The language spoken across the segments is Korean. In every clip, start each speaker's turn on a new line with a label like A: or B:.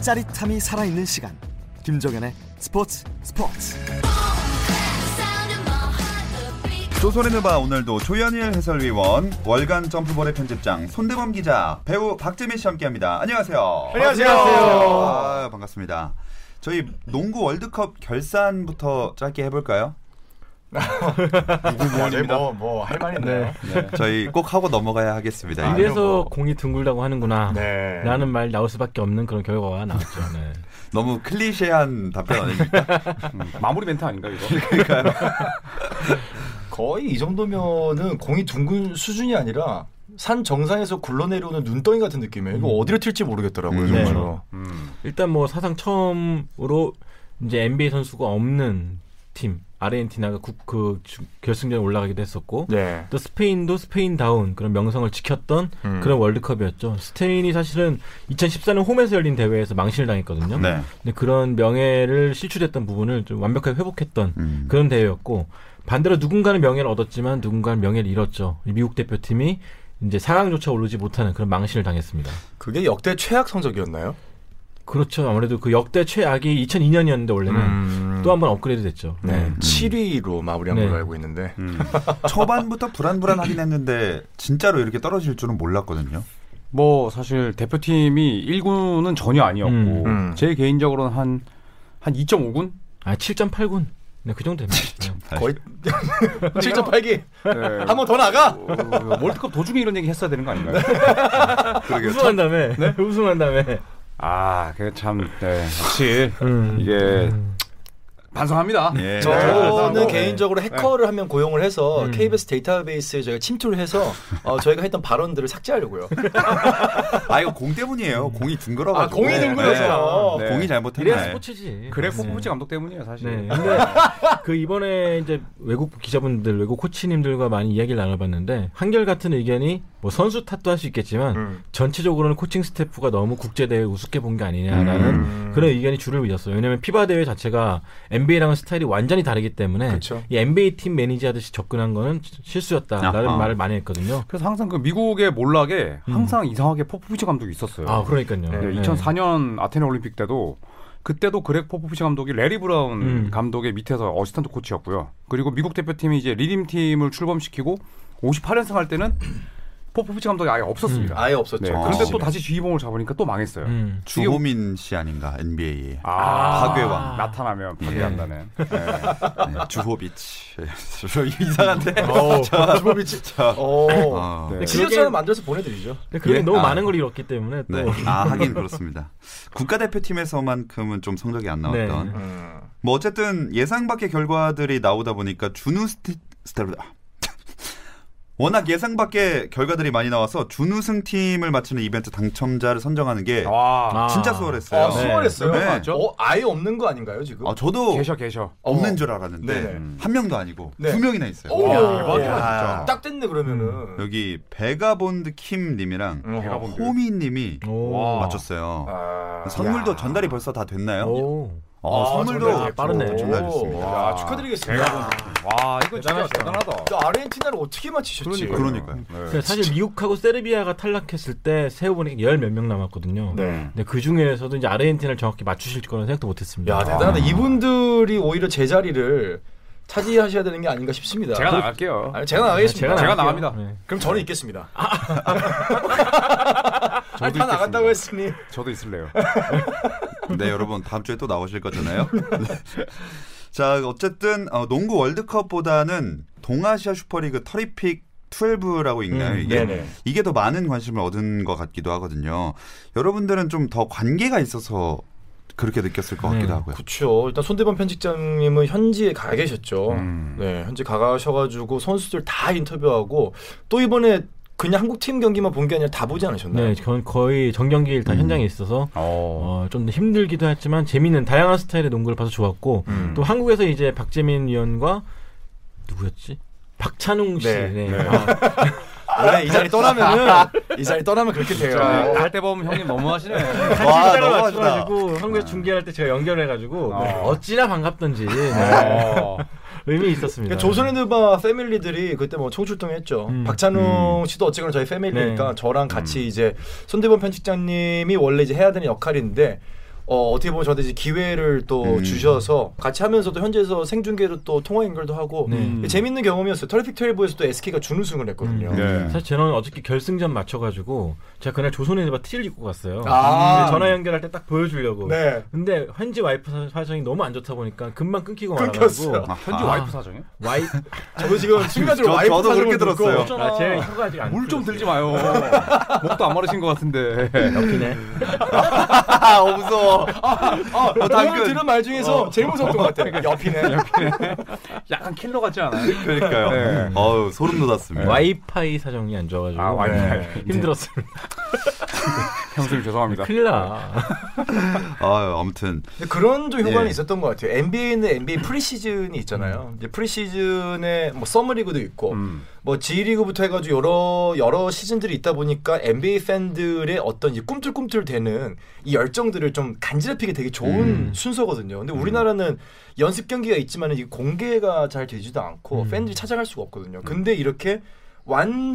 A: 짜릿함이 살아있는 시간 김종현의 스포츠 스포츠
B: 조선의 누바 오늘도 조현일 해설위원, 월간 점프볼의 편집장 손대범 기자, 배우 박재민 씨 함께합니다. 안녕하세요.
C: 안녕하세요.
B: 아, 반갑습니다. 저희 농구 월드컵 결산부터 짧게 해볼까요?
C: 아니 네, 뭐뭐 할 말인데.
B: 저희 꼭 하고 넘어가야 하겠습니다.
C: 아,
B: 이게.
C: 이래요?
D: 이래서
C: 뭐.
D: 공이 둥글다고 하는구나.
C: 네.
D: 라는 말 나올 수밖에 없는 그런 결과가 나왔죠. 네.
B: 너무 클리셰한 답변 아닙니까?
E: 마무리 멘트 아닌가 이거?
C: 거의 이 정도면은 공이 둥근 수준이 아니라 산 정상에서 굴러내려오는 눈덩이 같은 느낌이에요. 이거 어디로 튈지 모르겠더라고요.
B: 음.
C: 정말로.
D: 일단 뭐 사상 처음으로 이제 NBA 선수가 없는 팀 아르헨티나가 국, 그 주- 결승전에 올라가기도 했었고
C: 네.
D: 또 스페인도 스페인다운 그런 명성을 지켰던
C: 음.
D: 그런 월드컵이었죠. 스페인이 사실은 2014년 홈에서 열린 대회에서 망신을 당했거든요.
B: 네.
D: 근데 그런 명예를 실추됐던 부분을 좀 완벽하게 회복했던
B: 음.
D: 그런 대회였고 반대로 누군가는 명예를 얻었지만 누군가는 명예를 잃었죠. 이 미국 대표팀이 이제 4강조차 오르지 못하는 그런 망신을 당했습니다.
C: 그게 역대 최악 성적이었나요?
D: 그렇죠. 아무래도 그 역대 최악이 2002년이었는데 원래는
B: 음.
D: 또 한 번 업그레이드 됐죠.
C: 네.
D: 네.
C: 7위로 마무리한
D: 네.
C: 걸로 알고 있는데.
B: 음. 초반부터 불안불안하긴 했는데 진짜로 이렇게 떨어질 줄은 몰랐거든요.
E: 뭐 사실 대표팀이 1군은 전혀 아니었고
D: 음,
C: 음.
E: 제 개인적으로는 한 한 2.5군?
D: 아 7.8군. 네, 그 정도 됩니다. 네.
C: 거의 7.8기.
E: 네.
C: 한 번 더 나가.
E: 어, 월드컵 도중에 이런 얘기 했어야 되는 거 아닌가요?
B: 그러게요. 네?
D: 우승한 다음에 우승한 다음에
E: 아, 그게 참, 네, 역시
D: 음.
E: 이게 반성합니다.
B: 예.
C: 저는
E: 네.
C: 개인적으로 해커를 한 명 고용을 해서 KBS 데이터베이스에 저희가 침투를 해서 어, 저희가 했던 발언들을 삭제하려고요.
B: 아 이거 공 때문이에요. 공이 둥그러가지고.
C: 아, 공이 둥그러서.
B: 네.
E: 네.
B: 공이
D: 이래야
B: 잘못했네.
D: 스포츠지.
E: 그래
D: 네.
E: 포코치 감독 때문이에요, 사실.
D: 네. 근데 그 이번에 이제 외국 기자분들, 외국 코치님들과 많이 이야기를 나눠봤는데 한결같은 의견이 뭐 선수 탓도 할 수 있겠지만
C: 음.
D: 전체적으로는 코칭 스태프가 너무 국제 대회 우습게 본 게 아니냐라는
C: 음.
D: 그런 의견이 줄을 이었어요. 왜냐하면 피바 대회 자체가 NBA랑은 스타일이 완전히 다르기 때문에
C: 그쵸.
D: 이 NBA 팀 매니지하듯이 접근한 거는 실수였다라는
B: 아하.
D: 말을 많이 했거든요.
E: 그래서 항상 그 미국의 몰락에 항상 이상하게 포코치 감독이 있었어요.
D: 음. 아 그러니까요.
E: 네,
D: 네.
E: 2004년 아테네 올림픽 때도 그때도 그렉 포포비치 감독이 레리 브라운
D: 음.
E: 감독의 밑에서 어시스턴트 코치였고요. 그리고 미국 대표팀이 이제 리딤 팀을 출범시키고 58연승 할 때는 포포비치 감독이 아예 없었습니다.
C: 음. 아예
E: 네,
C: 없었죠.
E: 그런데
B: 아.
E: 또 다시 주의봉을 잡으니까 또 망했어요.
D: 음.
B: 주호민 씨 아닌가 NBA에.
E: 아,
B: 파괴왕.
E: 나타나면 파괴한다는.
B: 네, 주호비치. 저 이상한데.
C: 어. 주보비치. 어.
B: 어.
E: 네.
C: 지적자를 만들어서 보내드리죠.
D: 근데 그게
B: 예?
D: 너무
B: 아.
D: 많은 걸 잃었기 때문에 또
B: 네. 아 하긴 그렇습니다. 국가대표팀에서만큼은 좀 성적이 안 나왔던.
D: 네.
E: 음.
B: 뭐 어쨌든 예상 밖의 결과들이 나오다 보니까 준우 스테 스테 워낙 예상 밖의 결과들이 많이 나와서 준우승 팀을 맞추는 이벤트 당첨자를 선정하는 게
E: 와,
D: 아.
B: 진짜 수월했어요.
C: 아, 수월했어요.
B: 네.
C: 어, 아예 없는 거 아닌가요 지금?
B: 아, 저도
E: 계셔 계셔.
B: 없는
C: 어.
B: 줄 알았는데
C: 네네.
B: 한 명도 아니고 아.
C: 네.
B: 두 명이나 있어요.
C: 오,
B: 와.
C: 대박이다.
B: 야. 음,
C: 딱 됐네 그러면은.
B: 여기 베가본드 킴님이랑
C: 음,
E: 배가 본데.
B: 호미님이
D: 오.
B: 맞췄어요.
C: 아.
B: 선물도 전달이 벌써 다 됐나요?
D: 오.
B: 어,
C: 아,
B: 선물도
C: 전달이
D: 아, 빠르네.
B: 오, 전달됐습니다.
C: 야, 축하드리겠습니다.
E: 와, 이거 진짜
D: 대단하시다.
E: 대단하다.
C: 저 아르헨티나를 어떻게 맞히셨지?
E: 그러니까요.
B: 그러니까요.
C: 네.
B: 네.
D: 그러니까 사실 미국하고 세르비아가 탈락했을 때 세어보니까 열 몇 명 남았거든요.
C: 네.
D: 근데 그 중에서도 이제 아르헨티나를 정확히 맞추실 거라는 생각도 못했습니다. 아.
C: 야 대단하다. 이분들이 오히려 제 자리를 차지하셔야 되는 게 아닌가 싶습니다.
E: 제가 나갈게요.
C: 그, 아니, 제가 나가겠습니다.
D: 제가
E: 제가
D: 나갈게요.
E: 나갑니다.
D: 네.
C: 그럼 저는 있겠습니다. 아니, 다 나간다고 했으니.
E: 저도 있을래요.
B: 네, 여러분 다음 주에 또 나오실 거잖아요. 네. 자, 어쨌든 어, 농구 월드컵보다는 동아시아 슈퍼리그 터리픽 12라고 읽나요?
D: 음,
B: 이게
C: 네네.
B: 이게 더 많은 관심을 얻은 것 같기도 하거든요. 여러분들은 좀 더 관계가 있어서 그렇게 느꼈을 것 같기도
D: 네.
B: 하고요.
C: 그렇죠. 일단 손대범 편집장님은 현지에 가 계셨죠.
E: 음.
C: 네, 현지 가가셔가지고 선수들 다 인터뷰하고 또 이번에 그냥 한국 팀 경기만 본 게 아니라 다 보지 않으셨나요?
D: 네, 저는 거의 전경기일 다
B: 음.
D: 현장에 있어서
C: 아.
E: 어.
D: 좀 더 힘들기도 했지만 재미있는 다양한 스타일의 농구를 봐서 좋았고
C: 음.
D: 또 한국에서 이제 박재민 위원과 누구였지? 박찬웅 씨.
C: 네.
D: 네.
E: 네.
D: 아,
C: 원래 이 자리 떠나면은 이 자리 떠나면 그렇게 돼요.
E: 자, 갈대범 형님
C: 아,
E: 너무하시네.
B: 와,
D: 한 시간
B: 너무
D: 맞춰가지고 한국에 서 중계할 때 제가 연결해가지고
C: 아.
E: 어.
D: 어찌나 반갑던지 네.
E: 어.
D: 의미 있었습니다.
B: 네.
C: 그러니까 조선의 누바 패밀리들이 그때 뭐 총출동했죠.
D: 음.
C: 박찬웅 씨도 어쨌거나 저희 패밀리니까
D: 네.
B: 음.
C: 저랑 같이 이제 손대범 편집장님이 원래 이제 해야 되는 역할인데 어, 어떻게 보면 저한테 이제 기회를 또
B: 음.
C: 주셔서 같이 하면서도 현지에서 생중계로 또 통화 연결도 하고
E: 네.
C: 재밌는 경험이었어요. 터리픽 12에서도 SK가 준우승을 했거든요.
B: 음. 네.
D: 사실 저는 어저께 결승전 맞춰가지고 제가 그날 조선일보 티를 입고 갔어요.
C: 아.
D: 근데 전화 연결할 때 딱 보여주려고.
C: 네.
D: 근데 현지 와이프 사- 사정이 너무 안 좋다 보니까 금방 끊기고
C: 끊겼어요.
D: 말아가지고
E: 현지
D: 아.
E: 와이프 사정이요?
D: 와이
C: 저도 지금 순간적으로
B: 저-
C: 와이프
B: 저도
C: 사정을
B: 그렇게
C: 듣고
B: 들었어요.
E: 어쩌나.
D: 아, 제 혀가 아직 안
E: 물 좀 들지
D: 풀렸어요.
E: 마요. 목도 안 마르신 것 같은데.
D: 옆이네.
B: 아, 어, 무서워.
C: 아,
B: 어,
C: 방금
B: 당근.
C: 들은 말 중에서
B: 어.
C: 제일 무섭던 것 같아요. 옆이네.
E: 약간 킬러 같지 않아요?
B: 그러니까요.
E: 네.
B: 어우, 소름 돋았습니다.
D: 네. 와이파이 사정이 안 좋아가지고 네.
E: 아, 와이파이.
D: 힘들었습니다.
E: 형수님 죄송합니다.
D: 큰일 나.
B: 아유, 아무튼.
C: 근데 그런 좀 효과는
B: 예.
E: 음.
C: 있었던 것 같아요. NBA는 NBA 프리시즌이 있잖아요. 이제 프리시즌에 뭐 서머리그도 있고
E: 음.
C: 뭐 G리그부터 해가지고 여러 여러 시즌들이 있다 보니까 NBA 팬들의 어떤 이 꿈틀꿈틀대는 이 열정들을 좀 간지럽히게 되게
E: 음.
C: 좋은 순서거든요. 근데 우리나라는 연습 경기가 있지만 이 공개가 잘 되지도 않고
E: 음.
C: 팬들이 찾아갈 수가 없거든요. 근데 이렇게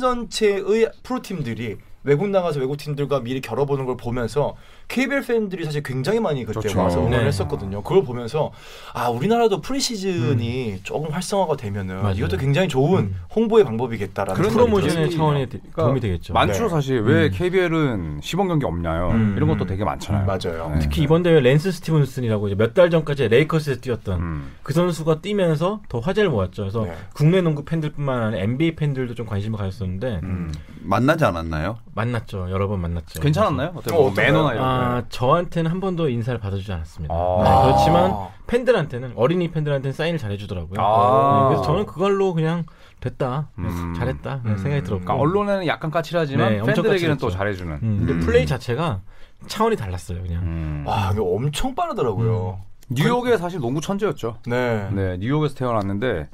C: 완전체의 프로팀들이 외국 나가서 외국 팀들과 미리 겨뤄보는 걸 보면서 KBL 팬들이 사실 굉장히 많이 그때
E: 그렇죠.
C: 와서 응원을
D: 네.
C: 했었거든요. 그걸 보면서 아 우리나라도 프리시즌이 조금 활성화가 되면은
D: 맞아요.
C: 이것도 굉장히 좋은 홍보의 방법이겠다라는
E: 그런 그러니까
C: 생각이
D: 프로모션의
C: 들었어요.
D: 차원이 되- 도움이 되겠죠. 음.
E: 많죠
C: 네.
E: 사실. 왜 KBL은 시범 경기 없냐요?
C: 음.
E: 이런 것도 되게 많잖아요.
C: 맞아요.
E: 네.
D: 특히 이번 대회 랜스 스티븐슨이라고 몇 달 전까지 레이커스에서 뛰었던
E: 음.
D: 그 선수가 뛰면서 더 화제를 모았죠. 그래서
C: 네.
D: 국내 농구 팬들뿐만 아니라 NBA 팬들도 좀 관심을 가졌었는데
E: 음.
B: 만나지 않았나요?
D: 만났죠. 여러 번 만났죠.
E: 괜찮았나요? 어때
C: 어,
E: 뭐
C: 어떤가요?
E: 매너나 이런. 거.
D: 아, 저한테는 한 번도 인사를 받아주지 않았습니다.
E: 아.
D: 네, 그렇지만 팬들한테는 어린이 팬들한테는 사인을 잘해주더라고요.
E: 아.
D: 네, 그래서 저는 그걸로 그냥 됐다,
E: 음.
D: 잘했다 그냥 생각이 들었고.
E: 그러니까 언론에는 약간 까칠하지만
D: 네, 엄청
E: 팬들에게는
D: 까칠했죠.
E: 또 잘해주는.
D: 음, 근데
B: 음.
D: 플레이 자체가 차원이 달랐어요, 그 그냥.
E: 음.
C: 와 이거 엄청 빠르더라고요.
E: 뉴욕에 사실 농구 천재였죠.
C: 네.
E: 네, 뉴욕에서 태어났는데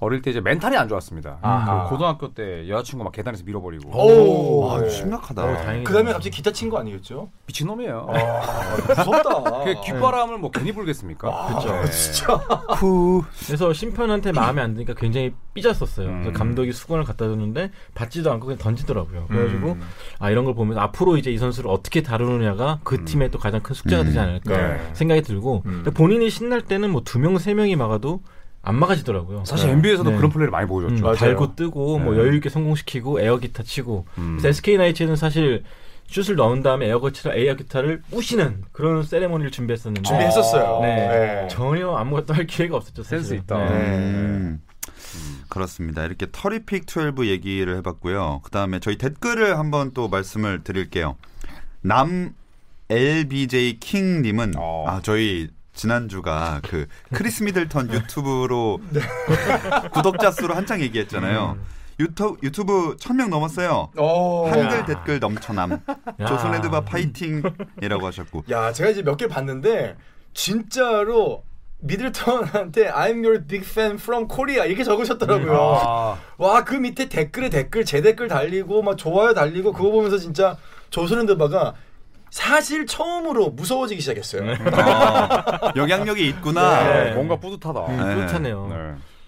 E: 어릴 때 이제 멘탈이 안 좋았습니다.
C: 아하.
E: 그 고등학교 때 여자친구 막 계단에서 밀어버리고
C: 오.
B: 아,
C: 네.
B: 심각하다.
D: 어, 다행이다.
C: 그다음에 갑자기 기타 친 거 아니겠죠?
E: 미친 놈이에요.
D: 네.
C: 아, 무섭다.
E: 그 귓바람을 뭐 괜히 불겠습니까?
C: 아, 그쵸.
E: 네.
C: 진짜.
B: 후.
D: 그래서 심판한테 마음에 안 드니까 굉장히 삐졌었어요. 그래서
E: 음.
D: 감독이 수건을 갖다 줬는데 받지도 않고 그냥 던지더라고요. 그래가지고 아 이런 걸 보면 앞으로 이제 이 선수를 어떻게 다루느냐가 그 팀의 또 가장 큰 숙제가 되지 않을까
C: 네.
D: 생각이 들고
C: 음.
D: 근데 본인이 신날 때는 뭐 두 명 세 명이 막아도 안 막아지더라고요.
E: 사실 NBA에서도
D: 네.
E: 그런 플레이를 많이 보여줬죠.
C: 맞아요.
D: 음, 달고 뜨고 뭐
E: 네.
D: 여유 있게 성공시키고 에어 기타 치고
E: 음.
D: 그래서 SK 나이츠는 사실 슛을 넣은 다음에 에어 기타 에어 기타를 부시는 그런 세레머니를 준비했었는데
C: 준비했었어요.
D: 네.
C: 네.
D: 전혀 아무것도 할 기회가 없었죠. 사실은.
E: 센스 있다.
D: 네.
B: 음. 그렇습니다. 이렇게 터리픽 12 얘기를 해봤고요. 그 다음에 저희 댓글을 한번 또 말씀을 드릴게요. 남 LBJ 킹님은
E: 어.
B: 아 저희 지난주가 그 크리스 미들턴 유튜브로 구독자 수로 한창 얘기했잖아요. 유튜브, 유튜브 1000명 넘었어요.
C: 오.
B: 한글
D: 야.
B: 댓글 넘쳐남
D: 야.
B: 조선헤드바 파이팅이라고 하셨고
C: 야, 제가 이제 몇 개 봤는데 진짜로 미들턴한테 I'm your big fan from Korea 이렇게 적으셨더라고요.
E: 아,
C: 와 그 밑에 댓글에 댓글 제 댓글 달리고 막 좋아요 달리고 그거 보면서 진짜 조선앤드바가 사실 처음으로 무서워지기 시작했어요.
B: 아, 영향력이 있구나.
E: 네, 뭔가 뿌듯하다.
B: 네.
D: 그렇다네요.
E: 네.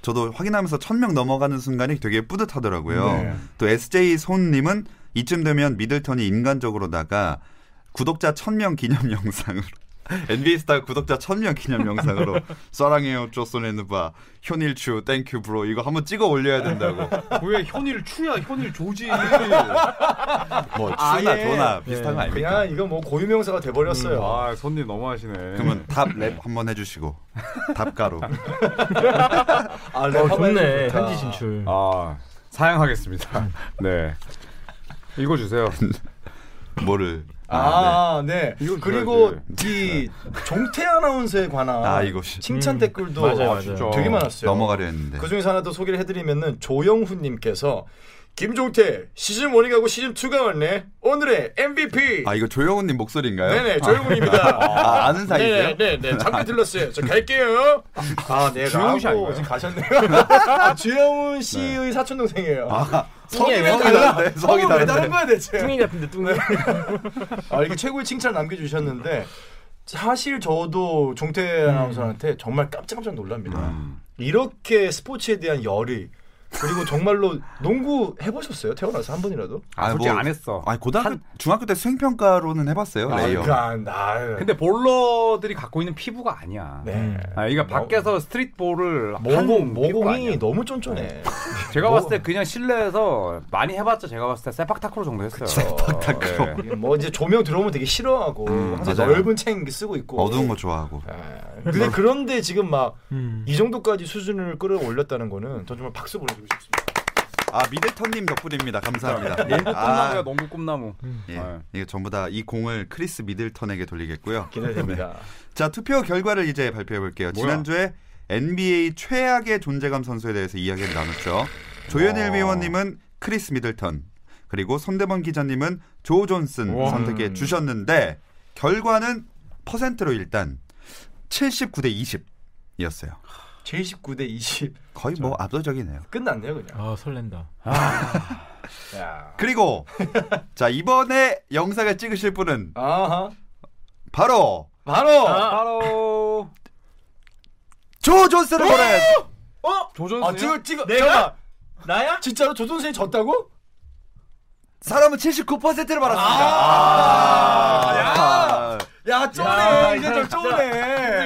B: 저도 확인하면서 1000명 넘어가는 순간이 되게 뿌듯하더라고요.
C: 네.
B: 또 SJ 손님은 이쯤 되면 미들턴이 인간적으로 나가 구독자 1000명 기념 영상으로 NBA 스타 구독자 1000명 기념 영상으로 사랑해요 조선앤드바 현일추 땡큐 브로 이거 한번 찍어 올려야 된다고
E: 왜 현일 추야 현일 조지?
B: 뭐
C: 아예.
B: 추나 조나 비슷한 거 아닙니까?
C: 그냥 이거 뭐 고유명사가 돼버렸어요.
E: 아, 손님 너무하시네.
B: 그러면 답 랩 한번 해주시고 답가로
C: 아,
D: 어,
C: 랩 한번
D: 좋네.
C: 해주면 좋다.
D: 현지 진출.
E: 아,
B: 음.
E: 사양하겠습니다. 네. 읽어주세요.
B: 뭐를
C: 아, 네.
E: 이거
C: 그리고
E: 줘야지.
C: 이 종태 아나운서에 관한
B: 아, 이거 씨.
C: 칭찬
D: 음,
C: 댓글도
D: 맞아요,
C: 아,
D: 맞아요.
C: 진짜 되게 많았어요.
B: 넘어가려 했는데
C: 그 중에서 하나 더 소개를 해드리면은 조영훈님께서 김종태 시즌 1이 가고 시즌 2가 왔네. 오늘의 MVP.
B: 아 이거 조영훈님 목소리인가요?
C: 네네 조영훈입니다.
B: 아, 아는 사이세요?
C: 네네 잠깐 들렀어요. 저 갈게요. 아, 네.
E: 주영훈 씨
C: 라고
E: 아닌가요? 네.
C: 지금 가셨네요. 아, 주영훈 씨의 사촌 동생이에요.
E: 아,
C: 성이 왜
B: 성이
C: 다른데?
B: 다른데, 성이
C: 성이 왜
B: 다른데.
C: 다른 거야 대체?
D: 뚱이 잡힌데 뚱이.
C: 아, 이렇게 최고의 칭찬을 남겨주셨는데 사실 저도
E: 음.
C: 종태 아나운서한테 정말 깜짝깜짝 놀랍니다. 이렇게 스포츠에 대한 열이 그리고 정말로 농구 해보셨어요? 태어나서 한 번이라도?
E: 아,
B: 아,
E: 솔직히
B: 뭐-
E: 안 했어.
B: 아니 고등학교 중학교 때 수행평가로는 해봤어요.
E: 아,
B: 레이어.
C: 그러니까 나.
E: 근데 볼러들이 갖고 있는 피부가 아니야.
C: 네. 뭐,
E: 아, 이거 밖에서 스트릿볼을
C: 모공
E: 하는 피부가
C: 모공이
E: 아니야.
C: 너무 쫀쫀해.
E: 제가 봤을 때 그냥 실내에서 많이 해봤죠. 제가 봤을 때 세팍타크로 정도 했어요.
B: 세팍타크로.
E: 예.
C: 뭐 이제 조명 들어오면 되게 싫어하고
B: 음,
C: 항상
B: 맞아요.
C: 넓은 챙 쓰고 있고.
B: 어두운 거 음. 좋아하고.
C: 예. 근데 그런데 지금 막 이
D: 음.
C: 정도까지 수준을 끌어올렸다는 거는 전 정말 박수 보내주고 싶습니다.
B: 아 미들턴님 덕분입니다. 감사합니다.
E: 농구 꿈나무야,
B: 아,
E: 예? 농구 꿈나무.
B: 예.
E: 네.
B: 이게 전부 다 이 공을 크리스 미들턴에게 돌리겠고요.
C: 기대됩니다.
B: 자 투표 결과를 이제 발표해 볼게요.
E: 뭐야?
B: 지난주에 NBA 최악의 존재감 선수에 대해서 이야기를 나눴죠. 조현일
E: 와.
B: 위원님은 크리스 미들턴 그리고 손대범 기자님은 조 존슨
E: 와. 음.
B: 선택해 주셨는데 결과는 퍼센트로 일단 79대 20이었어요.
C: 79대 20
B: 거의 뭐 압도적이네요.
C: 끝났네요 그냥.
D: 아 설렌다.
C: 야.
B: 그리고 자 이번에 영상을 찍으실 분은
C: 아하.
B: 바로
C: 바로.
E: 아.
C: 아.
E: 바로
B: 조 존슨을 보낸
C: 어?
E: 조존스요?
C: 아, 찍어 찍어. 내가 나야? 진짜로 조 선생이 졌다고?
B: 사람은 79%를
C: 아.
B: 받았습니다.
C: 야. 야
D: 야,
C: 쪼네 이제 좀
D: 특이하게